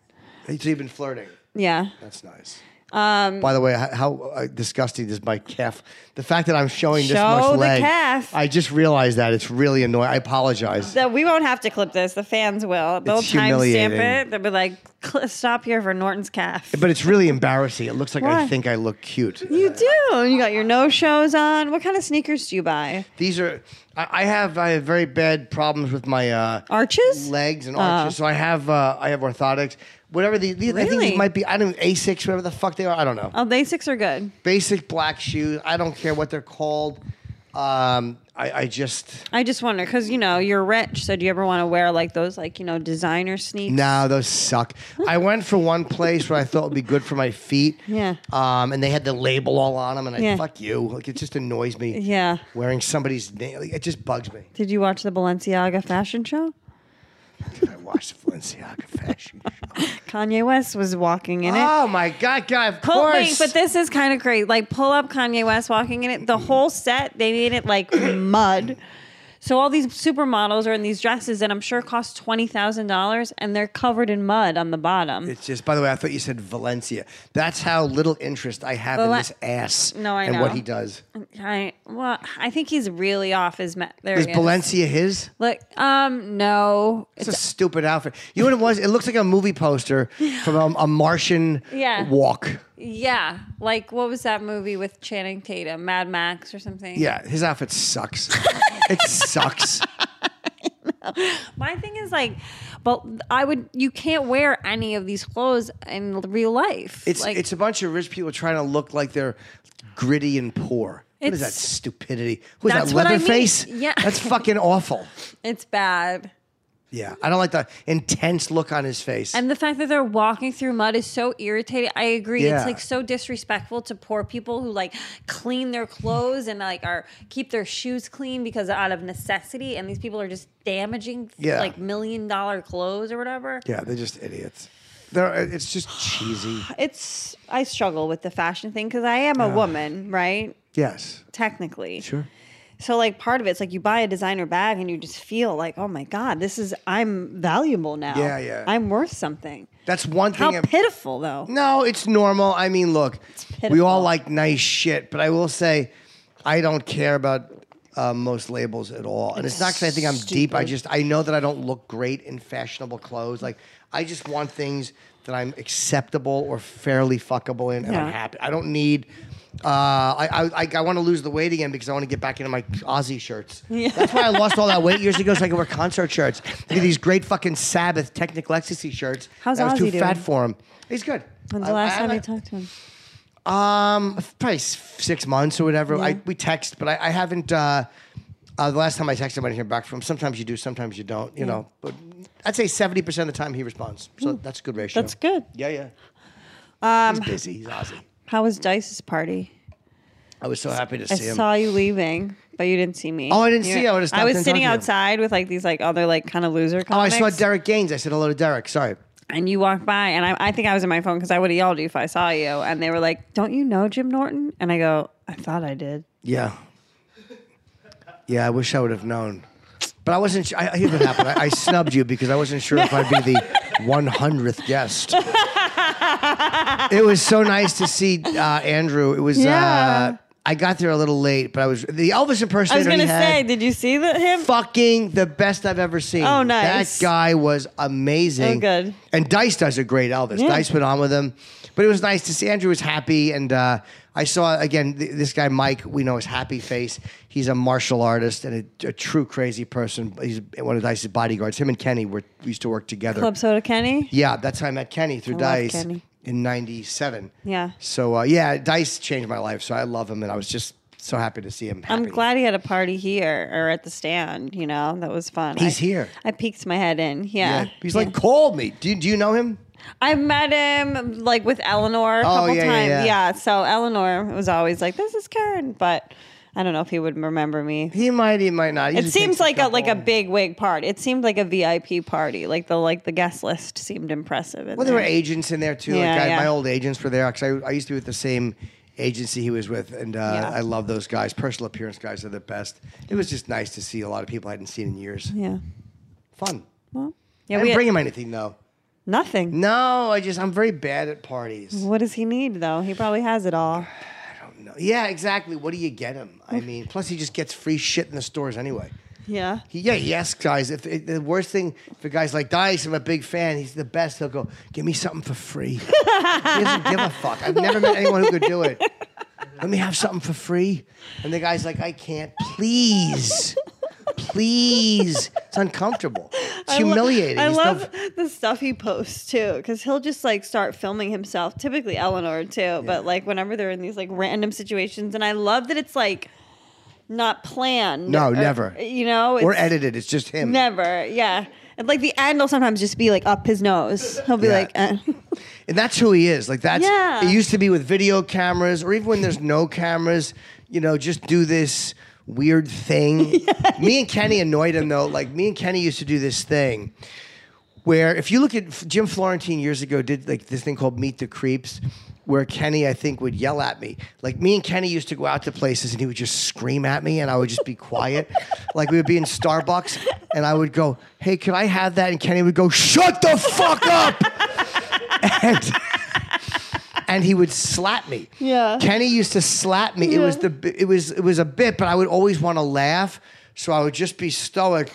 [SPEAKER 3] He's even flirting.
[SPEAKER 2] Yeah.
[SPEAKER 3] That's nice. Um, By the way, how, how uh, disgusting is my calf? The fact that I'm showing this
[SPEAKER 2] Show
[SPEAKER 3] much
[SPEAKER 2] the
[SPEAKER 3] leg,
[SPEAKER 2] calf.
[SPEAKER 3] I just realized that it's really annoying. I apologize.
[SPEAKER 2] So we won't have to clip this. The fans will. They'll
[SPEAKER 3] It's
[SPEAKER 2] timestamp
[SPEAKER 3] humiliating.
[SPEAKER 2] it. They'll be like, "Cl- "Stop here for Norton's calf."
[SPEAKER 3] But it's really embarrassing. It looks like I
[SPEAKER 2] Why?
[SPEAKER 3] think I look cute.
[SPEAKER 2] You do. You got your no shows on. What kind of sneakers do you buy?
[SPEAKER 3] These are. I, I have. I have very bad problems with my uh,
[SPEAKER 2] Arches?
[SPEAKER 3] legs, and arches. So I have. Uh, I have orthotics. Whatever these. these I think
[SPEAKER 2] Really?
[SPEAKER 3] these might be. I don't. Asics. Whatever the fuck they are. I don't know.
[SPEAKER 2] Oh, basics are good.
[SPEAKER 3] Basic black shoes. I don't care what they're called. Um, I, I just
[SPEAKER 2] I just wonder because you know you're rich, so do you ever want to wear like those like you know designer sneakers?
[SPEAKER 3] no, those suck. I went for one place where I thought would be good for my feet.
[SPEAKER 2] Yeah.
[SPEAKER 3] Um, and they had the label all on them, and I
[SPEAKER 2] Yeah.
[SPEAKER 3] fuck you. Like it just annoys me.
[SPEAKER 2] Yeah.
[SPEAKER 3] Wearing somebody's name, like, it just bugs me.
[SPEAKER 2] Did you watch the Balenciaga fashion show?
[SPEAKER 3] I watched the Balenciaga fashion show.
[SPEAKER 2] Kanye West was walking in it.
[SPEAKER 3] Oh my god, god, of
[SPEAKER 2] Pull, wait,
[SPEAKER 3] course.
[SPEAKER 2] but this is kind of great. Like pull up Kanye West walking in it. The whole set they made it like mud. So all these supermodels are in these dresses that I'm sure cost twenty thousand dollars, and they're covered in mud on the bottom.
[SPEAKER 3] it's just. By the way, I thought you said Valencia. That's how little interest I have in
[SPEAKER 2] Valen-
[SPEAKER 3] this ass.
[SPEAKER 2] No, I
[SPEAKER 3] and
[SPEAKER 2] know.
[SPEAKER 3] what he does.
[SPEAKER 2] I well, I think he's really off his ma- there.
[SPEAKER 3] Is
[SPEAKER 2] he
[SPEAKER 3] Valencia his?
[SPEAKER 2] Look, um, no,
[SPEAKER 3] It's a stupid outfit. You know what it was? It looks like a movie poster from um, a Martian
[SPEAKER 2] Yeah.
[SPEAKER 3] walk.
[SPEAKER 2] yeah, like what was that movie with Channing Tatum, Mad Max or something?
[SPEAKER 3] Yeah, his outfit sucks. it sucks.
[SPEAKER 2] My thing is like, but I would. You can't wear any of these clothes in real life.
[SPEAKER 3] It's
[SPEAKER 2] like,
[SPEAKER 3] it's a bunch of rich people trying to look like they're gritty and poor. What is that
[SPEAKER 2] It's-
[SPEAKER 3] stupidity? Who's that
[SPEAKER 2] That's what I mean.
[SPEAKER 3] Leatherface?
[SPEAKER 2] Yeah.
[SPEAKER 3] that's fucking awful.
[SPEAKER 2] it's bad.
[SPEAKER 3] Yeah, I don't like the intense look on his face.
[SPEAKER 2] And the fact that they're walking through mud is so irritating. I agree.
[SPEAKER 3] Yeah.
[SPEAKER 2] It's like so disrespectful to poor people who like clean their clothes and like are keep their shoes clean because out of necessity. And these people are just damaging
[SPEAKER 3] Yeah.
[SPEAKER 2] like million dollar clothes or whatever.
[SPEAKER 3] yeah, they're just idiots. They're, it's just cheesy.
[SPEAKER 2] It's I struggle with the fashion thing because I am a woman, right?
[SPEAKER 3] Yes,
[SPEAKER 2] Technically.
[SPEAKER 3] sure.
[SPEAKER 2] So like part of it's like you buy a designer bag and you just feel like, oh my God, this is I'm valuable now.
[SPEAKER 3] Yeah, yeah. Mm,
[SPEAKER 2] I'm worth something.
[SPEAKER 3] That's one thing.
[SPEAKER 2] How
[SPEAKER 3] that-
[SPEAKER 2] pitiful though.
[SPEAKER 3] No, it's normal. I mean, look, we all
[SPEAKER 2] pitiful.
[SPEAKER 3] like nice shit, but I will say, I don't care about uh, most labels at all. And it's, not because I think I'm deep. I just I know that I don't look great in fashionable clothes. Like I just want things that I'm acceptable or fairly fuckable in, and I'm
[SPEAKER 2] Yeah.
[SPEAKER 3] happy. I don't need. Uh, I I, I, I want to lose the weight again because I want to get back into my Aussie shirts. That's why I lost all that weight years ago, so I could wear concert shirts. Look at these great fucking Sabbath technical ecstasy shirts.
[SPEAKER 2] How's
[SPEAKER 3] I was too
[SPEAKER 2] Ozzy
[SPEAKER 3] fat
[SPEAKER 2] doing?
[SPEAKER 3] for him. He's good.
[SPEAKER 2] When's
[SPEAKER 3] I-
[SPEAKER 2] the last
[SPEAKER 3] I
[SPEAKER 2] time you
[SPEAKER 3] haven't-
[SPEAKER 2] talked to him?
[SPEAKER 3] Um, probably s- six months or whatever. I we text, but I, I haven't. Uh, uh, the last time I texted, him, I didn't hear back from him. Sometimes you do, sometimes you don't. You know, but I'd say seventy percent of the time he responds. So that's a good ratio.
[SPEAKER 2] That's good.
[SPEAKER 3] Yeah, yeah. Um, he's busy. He's Aussie.
[SPEAKER 2] How was Dice's party?
[SPEAKER 3] I was so happy to
[SPEAKER 2] I
[SPEAKER 3] see him.
[SPEAKER 2] saw you leaving, but you didn't see me.
[SPEAKER 3] Oh, I didn't
[SPEAKER 2] You-
[SPEAKER 3] see you. I would've stopped
[SPEAKER 2] was
[SPEAKER 3] and
[SPEAKER 2] sitting
[SPEAKER 3] talked to you.
[SPEAKER 2] outside with like these like other like kind of loser
[SPEAKER 3] oh, I
[SPEAKER 2] comics.
[SPEAKER 3] saw Derek Gaines. I said hello to Derek. Sorry.
[SPEAKER 2] And you walked by, and I, I think I was in my phone because I would have yelled at you if I saw you. And they were like, "Don't you know Jim Norton?" And I go, "I thought I did."
[SPEAKER 3] Yeah. Yeah, I wish I would have known. But I wasn't sure. I, here's what happened. I, I snubbed you because I wasn't sure if I'd be the 100th guest. it was so nice to see uh, Andrew. It was,
[SPEAKER 2] Yeah.
[SPEAKER 3] uh, I got there a little late, but I was, the Elvis
[SPEAKER 2] I was
[SPEAKER 3] impersonator
[SPEAKER 2] gonna
[SPEAKER 3] he had,
[SPEAKER 2] say, did you see the, him?
[SPEAKER 3] fucking the best I've ever seen.
[SPEAKER 2] Oh, nice.
[SPEAKER 3] That guy was amazing.
[SPEAKER 2] Oh, good.
[SPEAKER 3] And Dice does a great Elvis.
[SPEAKER 2] Yeah.
[SPEAKER 3] Dice went on with him, but it was nice to see. Andrew was happy, and uh, I saw again th- this guy Mike. We know his happy face. He's a martial artist and a, a true crazy person. He's one of Dice's bodyguards. Him and Kenny were we used to work together.
[SPEAKER 2] Club Soda Kenny.
[SPEAKER 3] Yeah, that's how I met Kenny through
[SPEAKER 2] love
[SPEAKER 3] Dice
[SPEAKER 2] Kenny.
[SPEAKER 3] in '97.
[SPEAKER 2] Yeah.
[SPEAKER 3] So uh, yeah, Dice changed my life. So I love him, and I was just so happy to see him. Happy.
[SPEAKER 2] I'm glad he had a party here or at the stand. You know, that was fun.
[SPEAKER 3] He's
[SPEAKER 2] I-
[SPEAKER 3] here.
[SPEAKER 2] I peeked my head in. Yeah,
[SPEAKER 3] Yeah. He's like, call me. Do, you- do you know him?
[SPEAKER 2] I met him like with Eleanor a
[SPEAKER 3] Oh,
[SPEAKER 2] couple
[SPEAKER 3] yeah, yeah,
[SPEAKER 2] times.
[SPEAKER 3] yeah.
[SPEAKER 2] Yeah, So Eleanor was always like, "This is Karen," but I don't know if he would remember me.
[SPEAKER 3] He might. He might not. He
[SPEAKER 2] It
[SPEAKER 3] just
[SPEAKER 2] seems
[SPEAKER 3] takes
[SPEAKER 2] like a like a
[SPEAKER 3] couple-
[SPEAKER 2] big wig party. It seemed like a VIP party. Like the like the guest list seemed impressive. in
[SPEAKER 3] Well, there were
[SPEAKER 2] there.
[SPEAKER 3] agents in there too.
[SPEAKER 2] Yeah,
[SPEAKER 3] like I,
[SPEAKER 2] yeah.
[SPEAKER 3] my old agents were there because I, I used to be with the same agency he was with, and uh,
[SPEAKER 2] Yeah.
[SPEAKER 3] I love those guys. Personal appearance guys are the best. It was just nice to see a lot of people I hadn't seen in years.
[SPEAKER 2] Yeah.
[SPEAKER 3] Fun.
[SPEAKER 2] Well,
[SPEAKER 3] I
[SPEAKER 2] yeah. We
[SPEAKER 3] didn't
[SPEAKER 2] had
[SPEAKER 3] bring him anything though.
[SPEAKER 2] nothing.
[SPEAKER 3] No, I just I'm very bad at parties.
[SPEAKER 2] What does he need though? He probably has it all.
[SPEAKER 3] No. Yeah, exactly. What do you get him? I mean, plus he just gets free shit in the stores anyway.
[SPEAKER 2] Yeah.
[SPEAKER 3] He, yeah, yes, guys. If, if the worst thing for guys like Dice, I'm a big fan. He's the best. He'll go, give me something for free. he doesn't give a fuck. I've never met anyone who could do it. Let me have something for free. And the guy's like, I can't. Please, please. It's uncomfortable. It's
[SPEAKER 2] I lo-
[SPEAKER 3] humiliating.
[SPEAKER 2] I
[SPEAKER 3] He's
[SPEAKER 2] love
[SPEAKER 3] the-
[SPEAKER 2] the stuff he posts too, because he'll just like start filming himself. Typically Eleanor too, but like whenever they're in these like random situations, and I love that it's like not planned.
[SPEAKER 3] No,
[SPEAKER 2] or-
[SPEAKER 3] never.
[SPEAKER 2] You know,
[SPEAKER 3] Or
[SPEAKER 2] it's
[SPEAKER 3] edited. It's just him.
[SPEAKER 2] never. Yeah, and like the end will sometimes just be like up his nose. He'll be
[SPEAKER 3] Yeah.
[SPEAKER 2] like, eh.
[SPEAKER 3] And that's who he is. Like that's
[SPEAKER 2] Yeah.
[SPEAKER 3] it used to be with video cameras or even when there's no cameras, you know, just do this weird thing. Me and Kenny annoyed him though. Like me and Kenny used to do this thing where if you look at Jim Florentine years ago did like this thing called Meet the Creeps where Kenny I think would yell at me. Like me and Kenny used to go out to places and he would just scream at me and I would just be quiet. like we would be in Starbucks and I would go, "Hey, could I have that?" and Kenny would go, "Shut the fuck up." and, and he would slap me.
[SPEAKER 2] Yeah.
[SPEAKER 3] Kenny used to slap me. It was the bi- it was it was a bit, but I would always want to laugh, so I would just be stoic.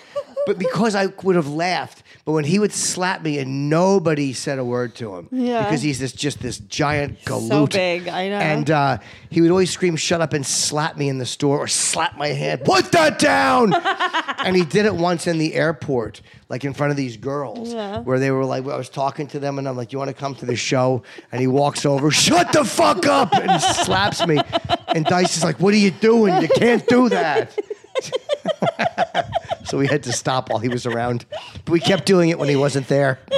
[SPEAKER 3] But because I would have laughed, but But when he would slap me and nobody said a word to him
[SPEAKER 2] Yeah.
[SPEAKER 3] because he's this just this giant galoot.
[SPEAKER 2] big, I know.
[SPEAKER 3] And uh, he would always scream, "Shut up!" and slap me in the store or slap my hand. Put that down. and he did it once in the airport, like in front of these girls,
[SPEAKER 2] Yeah.
[SPEAKER 3] where they were like, I was talking to them, and I'm like, "You want to come to the show?" And he walks over, "Shut the fuck up!" and he slaps me. And Dice is like, "What are you doing? You can't do that." so we had to stop while he was around. But we kept doing it when he wasn't there.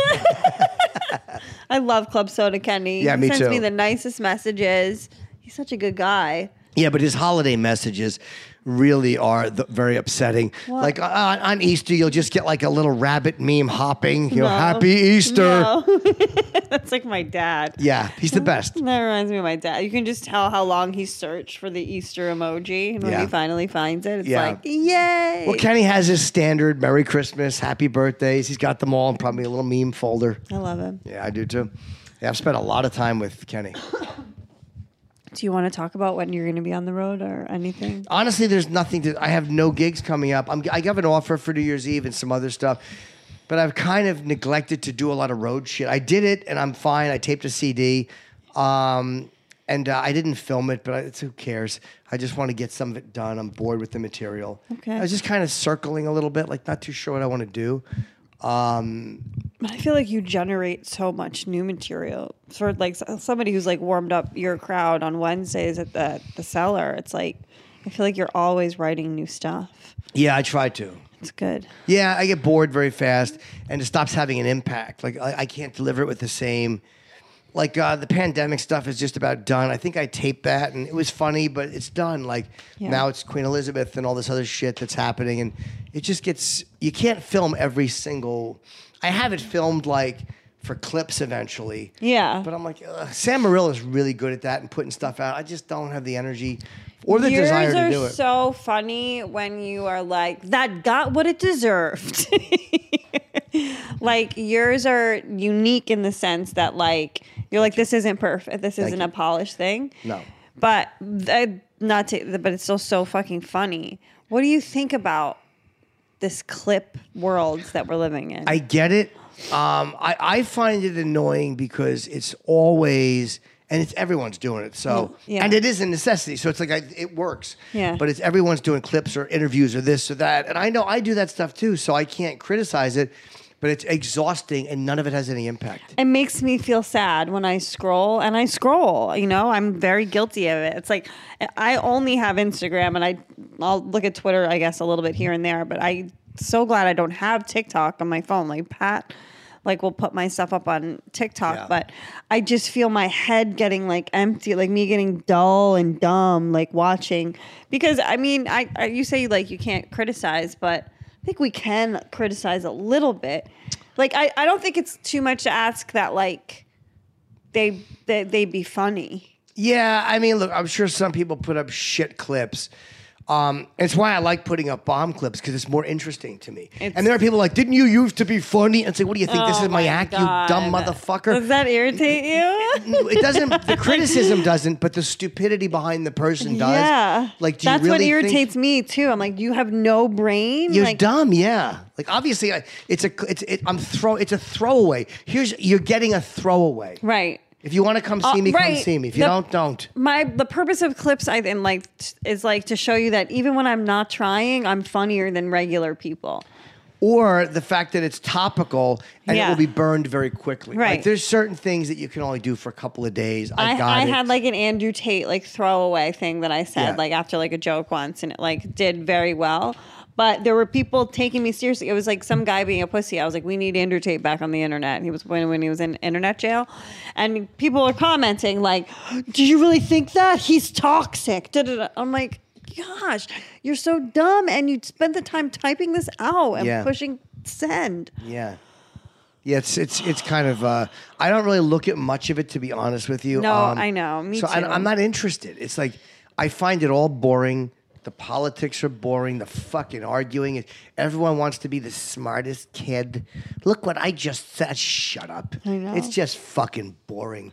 [SPEAKER 2] I love Club Soda Kenny.
[SPEAKER 3] Yeah,
[SPEAKER 2] he
[SPEAKER 3] me
[SPEAKER 2] sends
[SPEAKER 3] too.
[SPEAKER 2] me the nicest messages. He's such a good guy.
[SPEAKER 3] Yeah, but his holiday messages really are th- very upsetting. Like uh, on, on Easter, you'll just get like a little rabbit meme hopping. You know,
[SPEAKER 2] No.
[SPEAKER 3] Happy Easter.
[SPEAKER 2] No. That's like my dad.
[SPEAKER 3] Yeah, he's the best.
[SPEAKER 2] That reminds me of my dad. You can just tell how long he searched for the Easter emoji. And when
[SPEAKER 3] Yeah.
[SPEAKER 2] he finally finds it, it's
[SPEAKER 3] Yeah.
[SPEAKER 2] like, yay.
[SPEAKER 3] Well, Kenny has his standard Merry Christmas, Happy Birthdays. He's got them all in probably a little meme folder.
[SPEAKER 2] I love him.
[SPEAKER 3] Yeah, I do too. Yeah, I've spent a lot of time with Kenny.
[SPEAKER 2] Do you want to talk about when you're going to be on the road or anything?
[SPEAKER 3] Honestly, there's nothing to. I have no gigs coming up. I'm, I have an offer for New Year's Eve and some other stuff, but I've kind of neglected to do a lot of road shit. I did it and I'm fine. I taped a CD, um, and uh, I didn't film it, but I, it's who cares? I just want to get some of it done. I'm bored with the material.
[SPEAKER 2] Okay.
[SPEAKER 3] I was just kind of circling a little bit, like not too sure what I want to do.
[SPEAKER 2] But I feel like you generate so much new material for like s- somebody who's like warmed up your crowd on Wednesdays at the the cellar. It's like I feel like you're always writing new stuff.
[SPEAKER 3] Yeah, I tried to.
[SPEAKER 2] It's good.
[SPEAKER 3] Yeah, I get bored very fast, and it stops having an impact. Like I, I can't deliver it with the same. Like uh, the pandemic stuff is just about done. I think I taped that, and it was funny, but it's done. Like
[SPEAKER 2] Yeah.
[SPEAKER 3] now it's Queen Elizabeth and all this other shit that's happening, and it just gets. You can't film every single. I have it filmed like for clips eventually.
[SPEAKER 2] Yeah.
[SPEAKER 3] But I'm like, Ugh. Sam Marilla's really good at that and putting stuff out. I just don't have the energy or the
[SPEAKER 2] Yours
[SPEAKER 3] desire
[SPEAKER 2] are
[SPEAKER 3] to do it.
[SPEAKER 2] so funny when you are like that got what it deserved. like yours are unique in the sense that like you're like this isn't perfect. This isn't
[SPEAKER 3] you.
[SPEAKER 2] a polished thing.
[SPEAKER 3] No.
[SPEAKER 2] But I, not to, but it's still so fucking funny. What do you think about this clip world that we're living in?
[SPEAKER 3] I get it. Um, I, I find it annoying because it's always and it's everyone's doing it. So
[SPEAKER 2] Mm, Yeah.
[SPEAKER 3] and it is a necessity. So it's like I, it works.
[SPEAKER 2] Yeah.
[SPEAKER 3] But it's everyone's doing clips or interviews or this or that. And I know I do that stuff too. So I can't criticize it. But it's exhausting and none of it has any impact.
[SPEAKER 2] it makes me feel sad when I scroll and I scroll, you know, I'm very guilty of it. It's like I only have Instagram and I I'll look at Twitter, I guess, a little bit here and there, but I so glad I don't have TikTok on my phone. Like Pat like will put my stuff up on TikTok,
[SPEAKER 3] Yeah.
[SPEAKER 2] but I just feel my head getting like empty, like me getting dull and dumb, like watching. Because I mean, I, I you say like you can't criticize, but I think we can criticize a little bit. Like I, I don't think it's too much to ask that like they they, they be funny.
[SPEAKER 3] Yeah, I mean, look, I'm sure some people put up shit clips. Um, it's why I like putting up bomb clips because it's more interesting to me. and there are people like, "Didn't you used to be funny?" And it's like, "What do you think? this is Oh my, act, you dumb
[SPEAKER 2] Oh God.
[SPEAKER 3] motherfucker."
[SPEAKER 2] Does that irritate you?
[SPEAKER 3] it doesn't the criticism doesn't but the stupidity behind the person does
[SPEAKER 2] Yeah.
[SPEAKER 3] like do you
[SPEAKER 2] That's
[SPEAKER 3] really
[SPEAKER 2] what
[SPEAKER 3] think-
[SPEAKER 2] irritates me too. I'm like, you have no brain.
[SPEAKER 3] you're
[SPEAKER 2] like,
[SPEAKER 3] dumb yeah like obviously I, it's a it's it, i'm throw it's a throwaway here's you're getting a throwaway
[SPEAKER 2] Right.
[SPEAKER 3] if you want to come see
[SPEAKER 2] Uh,
[SPEAKER 3] me come
[SPEAKER 2] right.
[SPEAKER 3] see me if you
[SPEAKER 2] The-
[SPEAKER 3] don't don't
[SPEAKER 2] My the purpose of clips I and like t- is like to show you that even when I'm not trying, I'm funnier than regular people.
[SPEAKER 3] or the fact that it's topical and it
[SPEAKER 2] Yeah.
[SPEAKER 3] will be burned very quickly like
[SPEAKER 2] Right.
[SPEAKER 3] there's certain things that you can only do for a couple of days i,
[SPEAKER 2] I,
[SPEAKER 3] got
[SPEAKER 2] I
[SPEAKER 3] it
[SPEAKER 2] had like an Andrew Tate like throwaway thing that I said
[SPEAKER 3] Yeah.
[SPEAKER 2] like after like a joke once, and it like did very well. But there were people taking me seriously. It was like some guy being a pussy. I was like, "We need Andrew Tate back on the internet." He was when when he was in internet jail, and people are commenting like, "Do you really think that he's toxic?" Da-da-da. I'm like, "Gosh, you're so dumb, and you spend the time typing this out and
[SPEAKER 3] Yeah.
[SPEAKER 2] pushing send."
[SPEAKER 3] yeah yeah, it's it's it's kind of. Uh, I don't really look at much of it to be honest with you. Um,
[SPEAKER 2] No, I know. Me
[SPEAKER 3] so
[SPEAKER 2] too.
[SPEAKER 3] I, am not interested. It's like I find it all boring. The politics are boring. The fucking arguing. is- Everyone wants to be the smartest kid. Look what I just said. Shut up.
[SPEAKER 2] I know.
[SPEAKER 3] It's just fucking boring.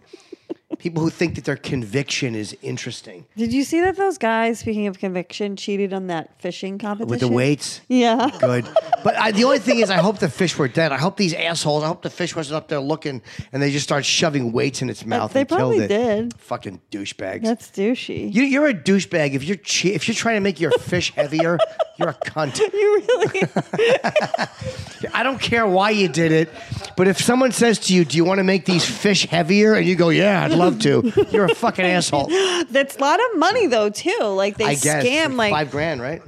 [SPEAKER 3] People who think that their conviction is interesting
[SPEAKER 2] Did you see that those guys, speaking of conviction, cheated on that fishing competition?
[SPEAKER 3] with the weights.
[SPEAKER 2] Yeah.
[SPEAKER 3] Good, but I, the only thing is, I hope the fish were dead. I hope these assholes. I hope the fish wasn't up there looking, and they just start shoving weights in its mouth.
[SPEAKER 2] they
[SPEAKER 3] and killed
[SPEAKER 2] probably
[SPEAKER 3] it.
[SPEAKER 2] did.
[SPEAKER 3] Fucking douchebags.
[SPEAKER 2] That's douchey.
[SPEAKER 3] You, you're a douchebag if you're che- if you're trying to make your fish heavier. You're a cunt.
[SPEAKER 2] You really?
[SPEAKER 3] I don't care why you did it, but if someone says to you, "Do you want to make these fish heavier?" and you go, "Yeah, I'd love to," you're a fucking asshole.
[SPEAKER 2] That's a lot of money though, too. Like they
[SPEAKER 3] I guess
[SPEAKER 2] scam
[SPEAKER 3] It's
[SPEAKER 2] like
[SPEAKER 3] five grand, right?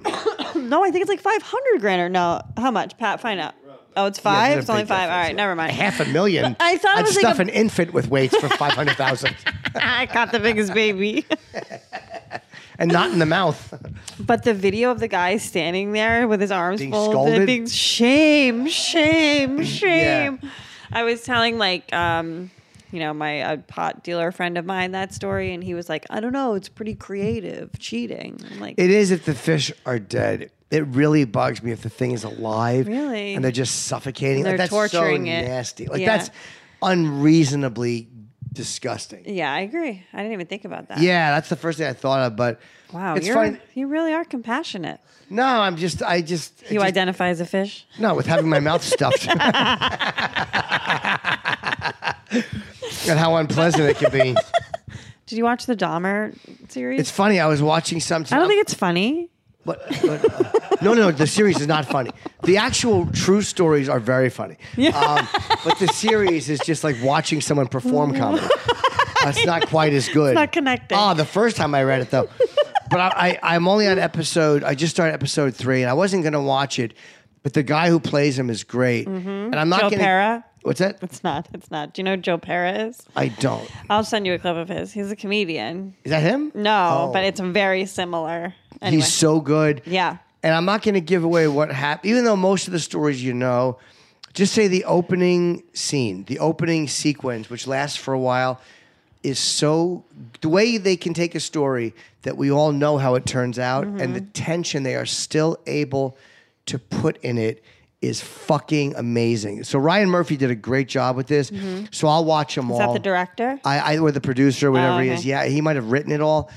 [SPEAKER 2] no, I think it's like five hundred grand or no. How much? Pat, find out. Oh, it's
[SPEAKER 3] Yeah,
[SPEAKER 2] five.
[SPEAKER 3] there's a
[SPEAKER 2] it's only
[SPEAKER 3] big
[SPEAKER 2] five. All
[SPEAKER 3] difference,
[SPEAKER 2] right,
[SPEAKER 3] yeah.
[SPEAKER 2] never mind.
[SPEAKER 3] Half a million.
[SPEAKER 2] I thought it
[SPEAKER 3] I'd
[SPEAKER 2] was like
[SPEAKER 3] stuff
[SPEAKER 2] a-
[SPEAKER 3] an infant with weights for five hundred thousand,
[SPEAKER 2] I got the biggest baby.
[SPEAKER 3] and not in the mouth.
[SPEAKER 2] But the video of the guy standing there with his arms
[SPEAKER 3] Being
[SPEAKER 2] folded,
[SPEAKER 3] scalded?
[SPEAKER 2] being shame, shame, shame. I was telling like, um, you know, my a pot dealer friend of mine that story, and he was like, "I don't know, it's pretty creative cheating." I'm like,
[SPEAKER 3] It is if the fish are dead. It really bugs me if the thing is alive.
[SPEAKER 2] Really?
[SPEAKER 3] And they're just suffocating.
[SPEAKER 2] They're
[SPEAKER 3] like, that's
[SPEAKER 2] torturing
[SPEAKER 3] so
[SPEAKER 2] it.
[SPEAKER 3] nasty. Like
[SPEAKER 2] Yeah.
[SPEAKER 3] that's unreasonably disgusting.
[SPEAKER 2] yeah, I agree. I didn't even think about that.
[SPEAKER 3] Yeah, that's the first thing I thought of. But
[SPEAKER 2] Wow,
[SPEAKER 3] it's
[SPEAKER 2] you're
[SPEAKER 3] fine.
[SPEAKER 2] you really are compassionate.
[SPEAKER 3] No, I'm just, I just,
[SPEAKER 2] You
[SPEAKER 3] just-
[SPEAKER 2] identify as a fish.
[SPEAKER 3] no, with having my mouth stuffed. and how unpleasant it can be.
[SPEAKER 2] Did you watch the Dahmer series?
[SPEAKER 3] It's funny. I was watching something.
[SPEAKER 2] I don't think it's funny.
[SPEAKER 3] But, but uh, no, no, the series is not funny. The actual true stories are very funny. Um, but the series is just like watching someone perform comedy. It's not quite as good. It's
[SPEAKER 2] Mm. not connecting.
[SPEAKER 3] Oh, the first time I read it though. But I, I, I'm only on episode. I just started episode three, and I wasn't going to watch it. But the guy who plays him is great, and I'm not
[SPEAKER 2] Mm-hmm. Joe
[SPEAKER 3] going
[SPEAKER 2] Pera?
[SPEAKER 3] What's that?
[SPEAKER 2] It's not. It's not. Do you know who Joe Pera is?
[SPEAKER 3] I don't.
[SPEAKER 2] I'll send you a clip of his. He's a comedian.
[SPEAKER 3] Is that him?
[SPEAKER 2] No,
[SPEAKER 3] Oh.
[SPEAKER 2] but it's very similar. Anyway.
[SPEAKER 3] He's so good.
[SPEAKER 2] Yeah.
[SPEAKER 3] And I'm not going to give away what happened, even though most of the stories you know. Just say the opening scene, the opening sequence, which lasts for a while, is so the way they can take a story that we all know how it turns out, and the
[SPEAKER 2] Mm-hmm.
[SPEAKER 3] tension they are still able to put in it is fucking amazing. So Ryan Murphy did a great job with this. So I'll watch them
[SPEAKER 2] Mm-hmm. Is
[SPEAKER 3] all.
[SPEAKER 2] that the director?
[SPEAKER 3] I, I or the producer, whatever he
[SPEAKER 2] Oh, okay. Mm.
[SPEAKER 3] is. Yeah, he might have written it all.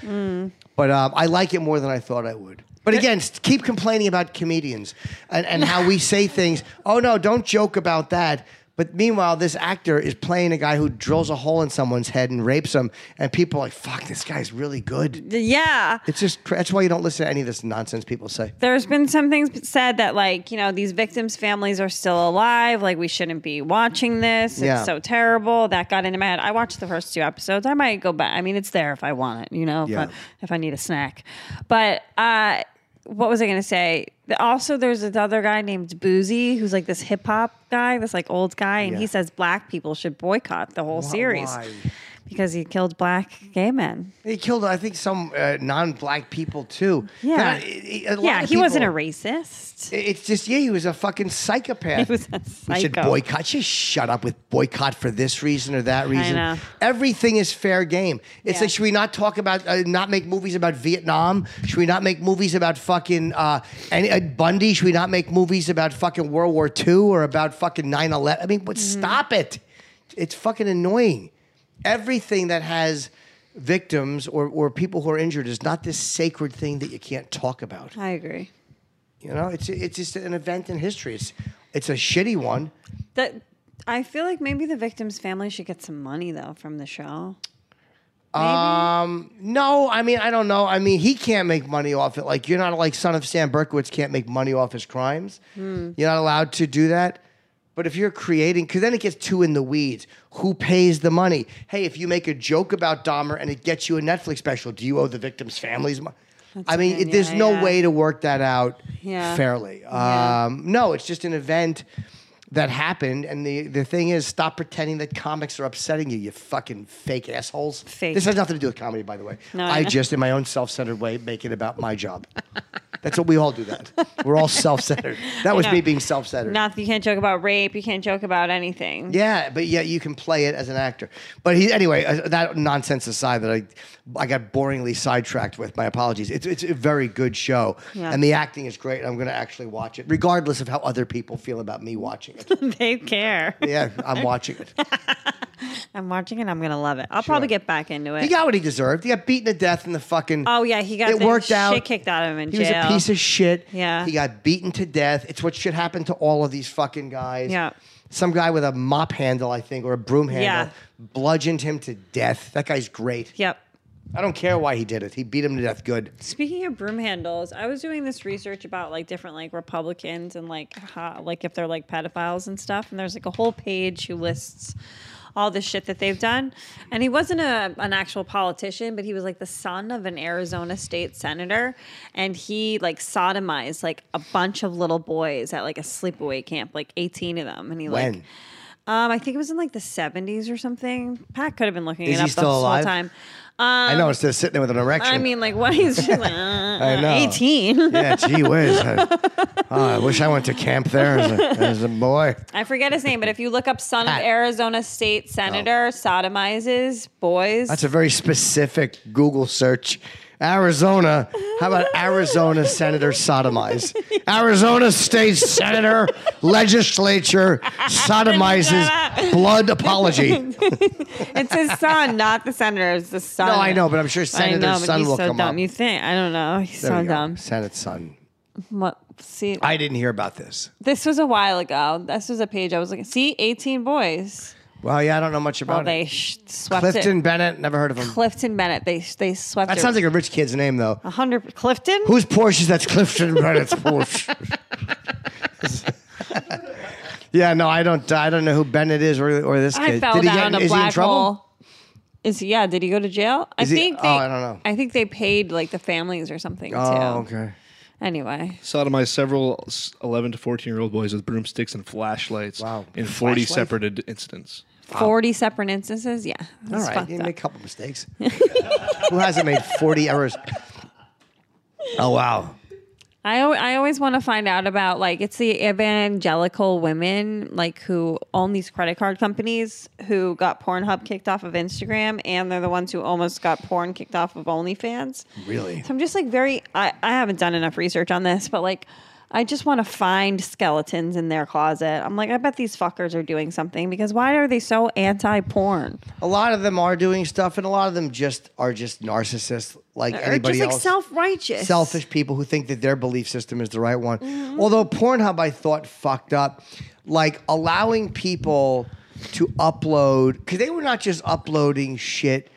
[SPEAKER 3] But um, I like it more than I thought I would. But again, s- keep complaining about comedians and, and how we say things. Oh no, don't joke about that. But meanwhile, this actor is playing a guy who drills a hole in someone's head and rapes them, and people are like, "Fuck, this guy's really good."
[SPEAKER 2] yeah.
[SPEAKER 3] It's just cra- that's why you don't listen to any of this nonsense people say.
[SPEAKER 2] There's been some things said that, like, you know, these victims' families are still alive. Like, we shouldn't be watching this.
[SPEAKER 3] Yeah.
[SPEAKER 2] It's so terrible. That got into my head. I watched the first two episodes. I might go back. I mean, it's there if I want it, you know, if,
[SPEAKER 3] Yeah.
[SPEAKER 2] I, if I need a snack. But uh, what was I going to say? The- Also, there's this other guy named Boozy who's like this hip hop guy, this like old guy, and he
[SPEAKER 3] Yeah.
[SPEAKER 2] says black people should boycott the whole series
[SPEAKER 3] why?
[SPEAKER 2] because he killed black gay men.
[SPEAKER 3] He killed, I think, some uh, non-black people too.
[SPEAKER 2] Yeah.
[SPEAKER 3] God, i- i- a lot
[SPEAKER 2] Yeah,
[SPEAKER 3] of
[SPEAKER 2] he wasn't a
[SPEAKER 3] people-
[SPEAKER 2] racist.
[SPEAKER 3] It- It's just yeah, he was a fucking psychopath.
[SPEAKER 2] He was a
[SPEAKER 3] We should
[SPEAKER 2] psycho.
[SPEAKER 3] boycott. Just shut up with boycott for this reason or that reason.
[SPEAKER 2] know.
[SPEAKER 3] Everything is fair game. It's
[SPEAKER 2] Yeah.
[SPEAKER 3] like should we not talk about uh, not make movies about Vietnam? Should we not make movies about fucking uh, and uh, Bundy? Should we not make movies about fucking World War II or about fucking 9-11? I mean, but
[SPEAKER 2] Mm-hmm.
[SPEAKER 3] stop it. It's fucking annoying. Everything that has victims or, or people who are injured is not this sacred thing that you can't talk about.
[SPEAKER 2] I agree.
[SPEAKER 3] You know, it's it's just an event in history. It's it's a shitty one.
[SPEAKER 2] That I feel like maybe the victim's family should get some money though from the show.
[SPEAKER 3] No, I mean I don't know. I mean he can't make money off it. Like you're not like son of Sam Berkowitz can't make money off his crimes.
[SPEAKER 2] Hmm.
[SPEAKER 3] You're not allowed to do that. But if you're creating, because then it gets too in the weeds. Who pays the money? Hey, if you make a joke about Dahmer and it gets you a Netflix special, do you owe the victim's families money? I mean,
[SPEAKER 2] mean,
[SPEAKER 3] it, there's
[SPEAKER 2] yeah,
[SPEAKER 3] no
[SPEAKER 2] yeah.
[SPEAKER 3] way to work that out
[SPEAKER 2] Yeah.
[SPEAKER 3] fairly.
[SPEAKER 2] Yeah.
[SPEAKER 3] Um, No, it's just an event that happened, and the the thing is, stop pretending that comics are upsetting you. You fucking fake assholes.
[SPEAKER 2] Fake.
[SPEAKER 3] This has nothing to do with comedy, by the way.
[SPEAKER 2] No, I
[SPEAKER 3] I
[SPEAKER 2] know.
[SPEAKER 3] just, in my own self-centered way, make it about my job. That's what we all do. That we're all self-centered. That was
[SPEAKER 2] know.
[SPEAKER 3] me being self-centered.
[SPEAKER 2] Not you can't joke about rape, you can't joke about anything.
[SPEAKER 3] Yeah, but yet you can play it as an actor. But he, anyway, uh, that nonsense aside, that I, I got boringly sidetracked with. My apologies. It's it's a very good show,
[SPEAKER 2] Yeah.
[SPEAKER 3] and the acting is great. I'm going to actually watch it, regardless of how other people feel about me watching it.
[SPEAKER 2] they care.
[SPEAKER 3] yeah, I'm watching it.
[SPEAKER 2] I'm watching it. I'm gonna love it. I'll probably get back into
[SPEAKER 3] He
[SPEAKER 2] it.
[SPEAKER 3] got what he deserved. He got beaten to death in the fucking.
[SPEAKER 2] oh yeah, he got
[SPEAKER 3] it
[SPEAKER 2] the
[SPEAKER 3] worked
[SPEAKER 2] shit
[SPEAKER 3] out.
[SPEAKER 2] kicked out of him in
[SPEAKER 3] He
[SPEAKER 2] jail.
[SPEAKER 3] was a piece of shit.
[SPEAKER 2] Yeah.
[SPEAKER 3] He got beaten to death. It's what should happen to all of these fucking guys.
[SPEAKER 2] Yeah.
[SPEAKER 3] Some guy with a mop handle, I think, or a broom handle,
[SPEAKER 2] Yeah.
[SPEAKER 3] bludgeoned him to death. That guy's great.
[SPEAKER 2] yep.
[SPEAKER 3] I don't care why he did it. He beat him to death good.
[SPEAKER 2] Speaking of broom handles, I was doing this research about like different like Republicans and like how, like if they're like pedophiles and stuff, and there's like a whole page who lists all the shit that they've done. And he wasn't a, an actual politician, but he was like the son of an Arizona state senator, and he like sodomized like a bunch of little boys at like a sleepaway camp, like 18 of them, and he like
[SPEAKER 3] When?
[SPEAKER 2] um I think it was in like the 70s or something. Pat could have been looking
[SPEAKER 3] Is
[SPEAKER 2] it
[SPEAKER 3] he
[SPEAKER 2] up
[SPEAKER 3] still
[SPEAKER 2] this whole
[SPEAKER 3] alive?
[SPEAKER 2] time.
[SPEAKER 3] I know, instead of sitting there with an erection.
[SPEAKER 2] um, I mean, like, what he's just like, uh,
[SPEAKER 3] I know.
[SPEAKER 2] 18.
[SPEAKER 3] yeah, gee whiz. I, oh, I wish I went to camp there as a, as a boy.
[SPEAKER 2] I forget his name, but if you look up son
[SPEAKER 3] Pat. Oh.
[SPEAKER 2] of Arizona state senator sodomizes boys,
[SPEAKER 3] That's a very specific Google search. Arizona. How about Arizona Senator sodomize? Arizona State Senator legislature sodomizes blood apology. No,
[SPEAKER 2] it's his son, not the senator. It's the son.
[SPEAKER 3] Oh, I know, but I'm sure
[SPEAKER 2] I know,
[SPEAKER 3] Senator's
[SPEAKER 2] but
[SPEAKER 3] son
[SPEAKER 2] he's
[SPEAKER 3] will
[SPEAKER 2] so
[SPEAKER 3] come
[SPEAKER 2] dumb.
[SPEAKER 3] up.
[SPEAKER 2] You think? I don't know. He's
[SPEAKER 3] There
[SPEAKER 2] so
[SPEAKER 3] we go.
[SPEAKER 2] dumb.
[SPEAKER 3] Senate's son.
[SPEAKER 2] What? See,
[SPEAKER 3] I didn't hear about this.
[SPEAKER 2] this was a while ago. This was a page I was like, see, 18 boys.
[SPEAKER 3] Well, yeah, I don't know much
[SPEAKER 2] Well,
[SPEAKER 3] about
[SPEAKER 2] they
[SPEAKER 3] it.
[SPEAKER 2] sh- swept
[SPEAKER 3] Clifton
[SPEAKER 2] it.
[SPEAKER 3] Bennett, never heard of him.
[SPEAKER 2] Clifton Bennett. They they swept
[SPEAKER 3] That
[SPEAKER 2] it.
[SPEAKER 3] sounds like a rich kid's name, though.
[SPEAKER 2] 100 Clifton?
[SPEAKER 3] Whose Porsche is that's Clifton Bennett's Porsche? yeah, no, I don't. uh, I don't know who Bennett is or, or this kid.
[SPEAKER 2] I fell
[SPEAKER 3] Did he
[SPEAKER 2] down
[SPEAKER 3] get,
[SPEAKER 2] a
[SPEAKER 3] is he in
[SPEAKER 2] black
[SPEAKER 3] trouble?
[SPEAKER 2] hole. Is yeah? Did he go to jail? I
[SPEAKER 3] Is he-
[SPEAKER 2] think.
[SPEAKER 3] oh,
[SPEAKER 2] they,
[SPEAKER 3] I don't know.
[SPEAKER 2] I think they paid like the families or something too.
[SPEAKER 3] Oh, okay.
[SPEAKER 2] Anyway,
[SPEAKER 4] Sodomized several s- 11 to 14 year old boys with broomsticks and flashlights
[SPEAKER 3] Wow.
[SPEAKER 4] in 40
[SPEAKER 3] Flashlight?
[SPEAKER 4] separate in- incidents.
[SPEAKER 2] forty separate instances. Yeah, it
[SPEAKER 3] All
[SPEAKER 2] was
[SPEAKER 3] right,
[SPEAKER 2] fucked
[SPEAKER 3] you
[SPEAKER 2] up.
[SPEAKER 3] made a couple mistakes. who hasn't made forty errors? Oh wow.
[SPEAKER 2] I al- I always want to find out about like it's the evangelical women like who own these credit card companies who got Pornhub kicked off of Instagram and they're the ones who almost got porn kicked off of OnlyFans.
[SPEAKER 3] Really?
[SPEAKER 2] So I'm just like very I, I haven't done enough research on this, but like I just want to find skeletons in their closet. I'm like, I bet these fuckers are doing something because why are they so anti porn?
[SPEAKER 3] A lot of them are doing stuff, and a lot of them just are just narcissists, like
[SPEAKER 2] Or
[SPEAKER 3] anybody
[SPEAKER 2] just like
[SPEAKER 3] else.
[SPEAKER 2] self righteous.
[SPEAKER 3] selfish people who think that their belief system is the right one.
[SPEAKER 2] Mm-hmm.
[SPEAKER 3] Although Pornhub, I thought fucked up, like allowing people to upload because they were not just uploading shit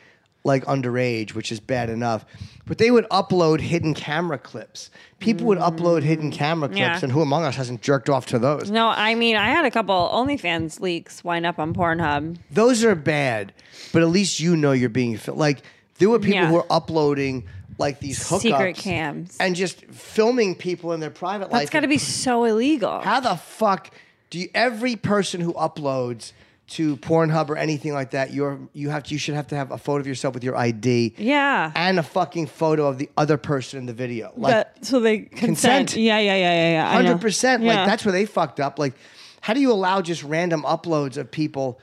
[SPEAKER 3] like underage, which is bad enough, but they would upload hidden camera clips. People would upload hidden camera clips,
[SPEAKER 2] Yeah.
[SPEAKER 3] and who among us hasn't jerked off to those?
[SPEAKER 2] No, I mean I had a couple OnlyFans leaks wind up on Pornhub.
[SPEAKER 3] those are bad, but at least you know you're being fil- like there were people
[SPEAKER 2] Yeah.
[SPEAKER 3] who were uploading like these hookups,
[SPEAKER 2] Secret cams.
[SPEAKER 3] and just filming people in their private life.
[SPEAKER 2] That's got to be so illegal.
[SPEAKER 3] how the fuck do you, every person who uploads to Pornhub or anything like that, you're you have to, you should have to have a photo of yourself with your ID,
[SPEAKER 2] Yeah.
[SPEAKER 3] and a fucking photo of the other person in the video, like
[SPEAKER 2] That- so they consent.
[SPEAKER 3] Consent.
[SPEAKER 2] Yeah, yeah, yeah, yeah, yeah. I know.
[SPEAKER 3] hundred percent. Like
[SPEAKER 2] Yeah.
[SPEAKER 3] that's where they fucked up. Like, how do you allow just random uploads of people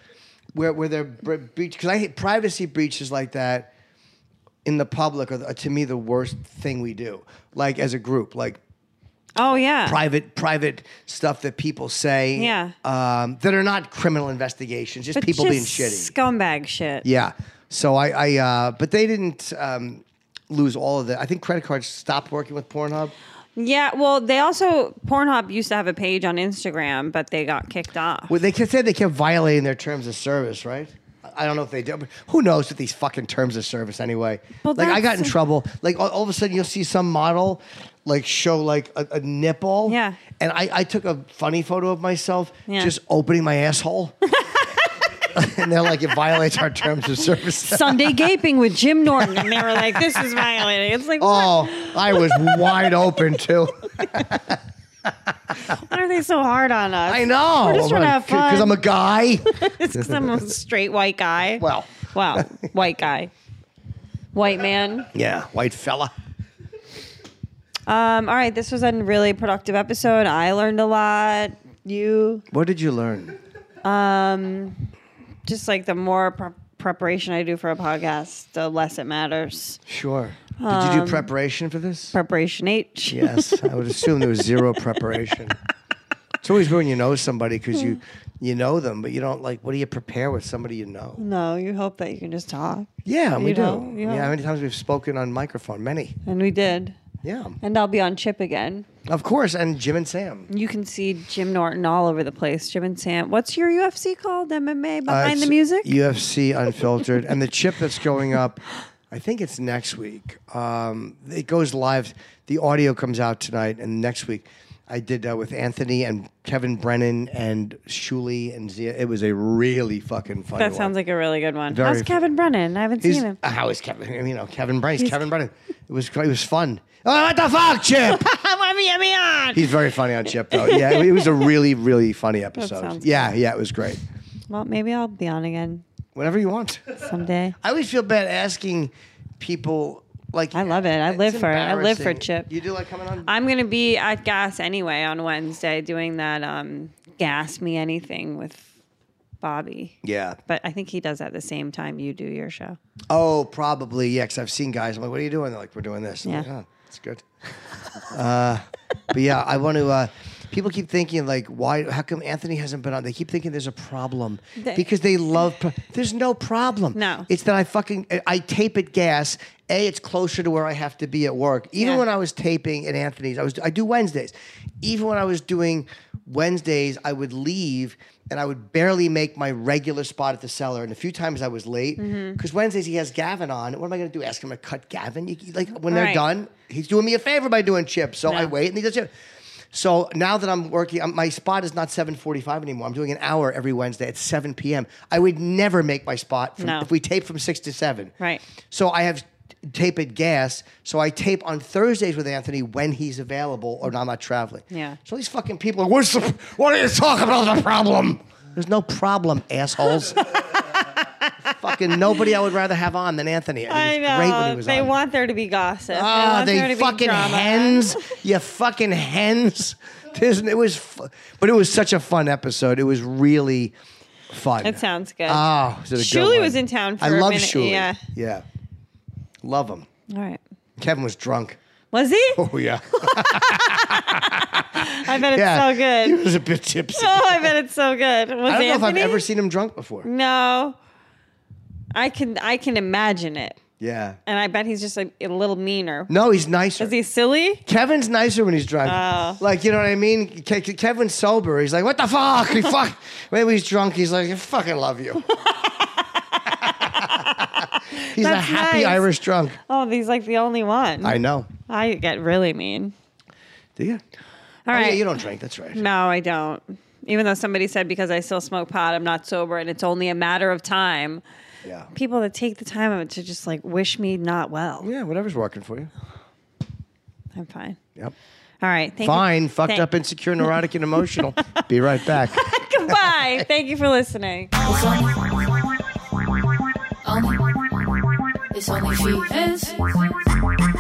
[SPEAKER 3] where where they're bre- breach? Because I hate privacy breaches like that in the public are the, to me the worst thing we do. Like as a group, like
[SPEAKER 2] Oh yeah.
[SPEAKER 3] private private stuff that people say,
[SPEAKER 2] Yeah.
[SPEAKER 3] um, that are not criminal investigations, just
[SPEAKER 2] But
[SPEAKER 3] people
[SPEAKER 2] just
[SPEAKER 3] being shitty.
[SPEAKER 2] Scumbag shit.
[SPEAKER 3] Yeah. So I, I uh, but they didn't. Um, lose all of that. I think credit cards stopped working with Pornhub.
[SPEAKER 2] Yeah, well, they also Pornhub used to have a page on Instagram, but they got kicked off.
[SPEAKER 3] Well, they kept- said they kept violating their terms of service, right? I I don't know if they do. But who knows with these fucking terms of service anyway?
[SPEAKER 2] Well,
[SPEAKER 3] like I got
[SPEAKER 2] that's-
[SPEAKER 3] in trouble. Like all, all of a sudden you'll see some model like show like a, a nipple.
[SPEAKER 2] Yeah.
[SPEAKER 3] And I, I took a funny photo of myself
[SPEAKER 2] Yeah.
[SPEAKER 3] just opening my asshole. and they're like, it violates our terms of service.
[SPEAKER 2] Sunday gaping with Jim Norton, and they were like, "This is violating." It's like,
[SPEAKER 3] Oh, I was wide open too.
[SPEAKER 2] why are they so hard on us?
[SPEAKER 3] I know.
[SPEAKER 2] We're just trying to have fun.
[SPEAKER 3] Because I'm a guy.
[SPEAKER 2] it's because I'm a straight white guy.
[SPEAKER 3] Well.
[SPEAKER 2] wow, white guy, white man.
[SPEAKER 3] Yeah, white fella.
[SPEAKER 2] Um, all right, this was a really productive episode. I learned a lot. You
[SPEAKER 3] What did you learn?
[SPEAKER 2] just like the more pre- preparation I do for a podcast, the less it matters.
[SPEAKER 3] Sure. Did
[SPEAKER 2] Um,
[SPEAKER 3] you do preparation for this?
[SPEAKER 2] Preparation H.
[SPEAKER 3] Yes, I would assume there was zero preparation. It's always weird when you know somebody because you you know them, but you don't like. What do you prepare with somebody you know?
[SPEAKER 2] No, you hope that you can just talk.
[SPEAKER 3] Yeah, and we
[SPEAKER 2] Mm, You
[SPEAKER 3] do.
[SPEAKER 2] know,
[SPEAKER 3] yeah.
[SPEAKER 2] yeah.
[SPEAKER 3] how many times we've spoken on microphone? Many.
[SPEAKER 2] And we did.
[SPEAKER 3] Yeah,
[SPEAKER 2] And I'll be on Chip again.
[SPEAKER 3] of course. And Jim and Sam.
[SPEAKER 2] You can see Jim Norton all over the place. Jim and Sam. What's your UFC called? MMA
[SPEAKER 3] Uh,
[SPEAKER 2] Behind the
[SPEAKER 3] it's
[SPEAKER 2] Music?
[SPEAKER 3] UFC Unfiltered, and the chip that's going up. I think it's next week. Um, it goes live. The audio comes out tonight, and next week, I did that with Anthony and Kevin Brennan and Shuli and Zia. It was a really fucking funny.
[SPEAKER 2] that
[SPEAKER 3] one.
[SPEAKER 2] sounds like a really good one.
[SPEAKER 3] Very
[SPEAKER 2] How's
[SPEAKER 3] fun.
[SPEAKER 2] Kevin Brennan? I haven't
[SPEAKER 3] He's, uh,
[SPEAKER 2] seen him.
[SPEAKER 3] how is Kevin? You know, Kevin Brennan. He's Kevin Brennan. It was it was fun. Oh, what the fuck, Chip?
[SPEAKER 2] Let me, let me on.
[SPEAKER 3] He's very funny on Chip though. Yeah, it was a really really funny episode.
[SPEAKER 2] sounds
[SPEAKER 3] Yeah, yeah, it was great.
[SPEAKER 2] Well, maybe I'll be on again
[SPEAKER 3] Whatever you want.
[SPEAKER 2] someday.
[SPEAKER 3] I always feel bad asking people like
[SPEAKER 2] I love it. I
[SPEAKER 3] it's
[SPEAKER 2] live for it. I live for
[SPEAKER 3] embarrassing.
[SPEAKER 2] Chip.
[SPEAKER 3] You do like coming on
[SPEAKER 2] I'm gonna be at Gas anyway on Wednesday doing that um gas me anything with Bobby.
[SPEAKER 3] Yeah.
[SPEAKER 2] But I think he does at the same time you do your show.
[SPEAKER 3] Oh, probably, yeah, because I've seen guys. I'm like, what are you doing? They're like, we're doing this. I'm like,
[SPEAKER 2] Yeah.
[SPEAKER 3] oh, that's good. uh, but yeah, I want to. Uh, people keep thinking, like, why, how come Anthony hasn't been on? They keep thinking there's a problem
[SPEAKER 2] They-
[SPEAKER 3] because they love. Pro- there's no problem.
[SPEAKER 2] No.
[SPEAKER 3] It's that I fucking, I- I tape at gas. A, it's closer to where I have to be at work. Even
[SPEAKER 2] Yeah.
[SPEAKER 3] when I was taping at Anthony's, I was I do Wednesdays. Even when I was doing Wednesdays, I would leave and I would barely make my regular spot at the cellar. And a few times I was late because
[SPEAKER 2] Mm-hmm.
[SPEAKER 3] Wednesdays he has Gavin on. What am I going to do? Ask him to cut Gavin? You, like when they're
[SPEAKER 2] Right.
[SPEAKER 3] done, he's doing me a favor by doing chips. So I
[SPEAKER 2] Yeah.
[SPEAKER 3] wait and he does it. So now that I'm working, um, my spot is not 7:45 anymore. I'm doing an hour every Wednesday at 7 p.m. I would never make my spot from,
[SPEAKER 2] No.
[SPEAKER 3] if we tape from six to seven.
[SPEAKER 2] Right.
[SPEAKER 3] So I have t- tape at gas. So I tape on Thursdays with Anthony when he's available or I'm not traveling.
[SPEAKER 2] Yeah.
[SPEAKER 3] So these fucking people are, what's the, what are you talking about the problem? There's no problem, assholes. fucking nobody I would rather have on than Anthony. He was great when he was
[SPEAKER 2] they
[SPEAKER 3] on.
[SPEAKER 2] want there to be gossip.
[SPEAKER 3] Ah,
[SPEAKER 2] they want there
[SPEAKER 3] they
[SPEAKER 2] to be
[SPEAKER 3] fucking
[SPEAKER 2] drama.
[SPEAKER 3] hens. You fucking hens. There's, it was, fu- but it was such a fun episode. It was really fun.
[SPEAKER 2] It sounds good.
[SPEAKER 3] Oh, is it a good
[SPEAKER 2] Shuli
[SPEAKER 3] one?
[SPEAKER 2] was in town
[SPEAKER 3] I
[SPEAKER 2] for a
[SPEAKER 3] love
[SPEAKER 2] minute,
[SPEAKER 3] Shuli.
[SPEAKER 2] yeah.
[SPEAKER 3] yeah, love him.
[SPEAKER 2] All right.
[SPEAKER 3] Kevin was drunk.
[SPEAKER 2] Was he?
[SPEAKER 3] Oh yeah,
[SPEAKER 2] I bet it's
[SPEAKER 3] yeah.
[SPEAKER 2] so good.
[SPEAKER 3] He was a bit tipsy.
[SPEAKER 2] oh, I bet it's so good. Was
[SPEAKER 3] I don't know if I've
[SPEAKER 2] Anthony?
[SPEAKER 3] ever seen him drunk before.
[SPEAKER 2] No. I can I can imagine it.
[SPEAKER 3] Yeah.
[SPEAKER 2] And I bet he's just like a little meaner.
[SPEAKER 3] No, he's nicer.
[SPEAKER 2] Is he silly?
[SPEAKER 3] Kevin's nicer when he's drunk.
[SPEAKER 2] Oh.
[SPEAKER 3] Like, you know what I mean? Ke- Ke- Kevin's sober. He's like, what the fuck? He fuck. Maybe he's drunk. He's like, I fucking love you. he's a
[SPEAKER 2] That's
[SPEAKER 3] happy
[SPEAKER 2] nice.
[SPEAKER 3] Irish drunk.
[SPEAKER 2] Oh, he's like the only one.
[SPEAKER 3] I
[SPEAKER 2] I,
[SPEAKER 3] know.
[SPEAKER 2] get really mean.
[SPEAKER 3] Do you?
[SPEAKER 2] All
[SPEAKER 3] Oh,
[SPEAKER 2] right. Mm.
[SPEAKER 3] yeah, you don't drink. That's right.
[SPEAKER 2] No, I don't. Even though somebody said because I still smoke pot, I'm not sober, and it's only a matter of time.
[SPEAKER 3] Yeah.
[SPEAKER 2] People that take the time to just like wish me not well.
[SPEAKER 3] Yeah, whatever's working for you.
[SPEAKER 2] I'm fine.
[SPEAKER 3] Yep.
[SPEAKER 2] All right. Thank you-
[SPEAKER 3] Fine. Fucked
[SPEAKER 2] thank-
[SPEAKER 3] up, insecure, neurotic, and emotional. Be right back.
[SPEAKER 2] Goodbye. Thank you for listening.
[SPEAKER 1] It's only, only, it's only she is.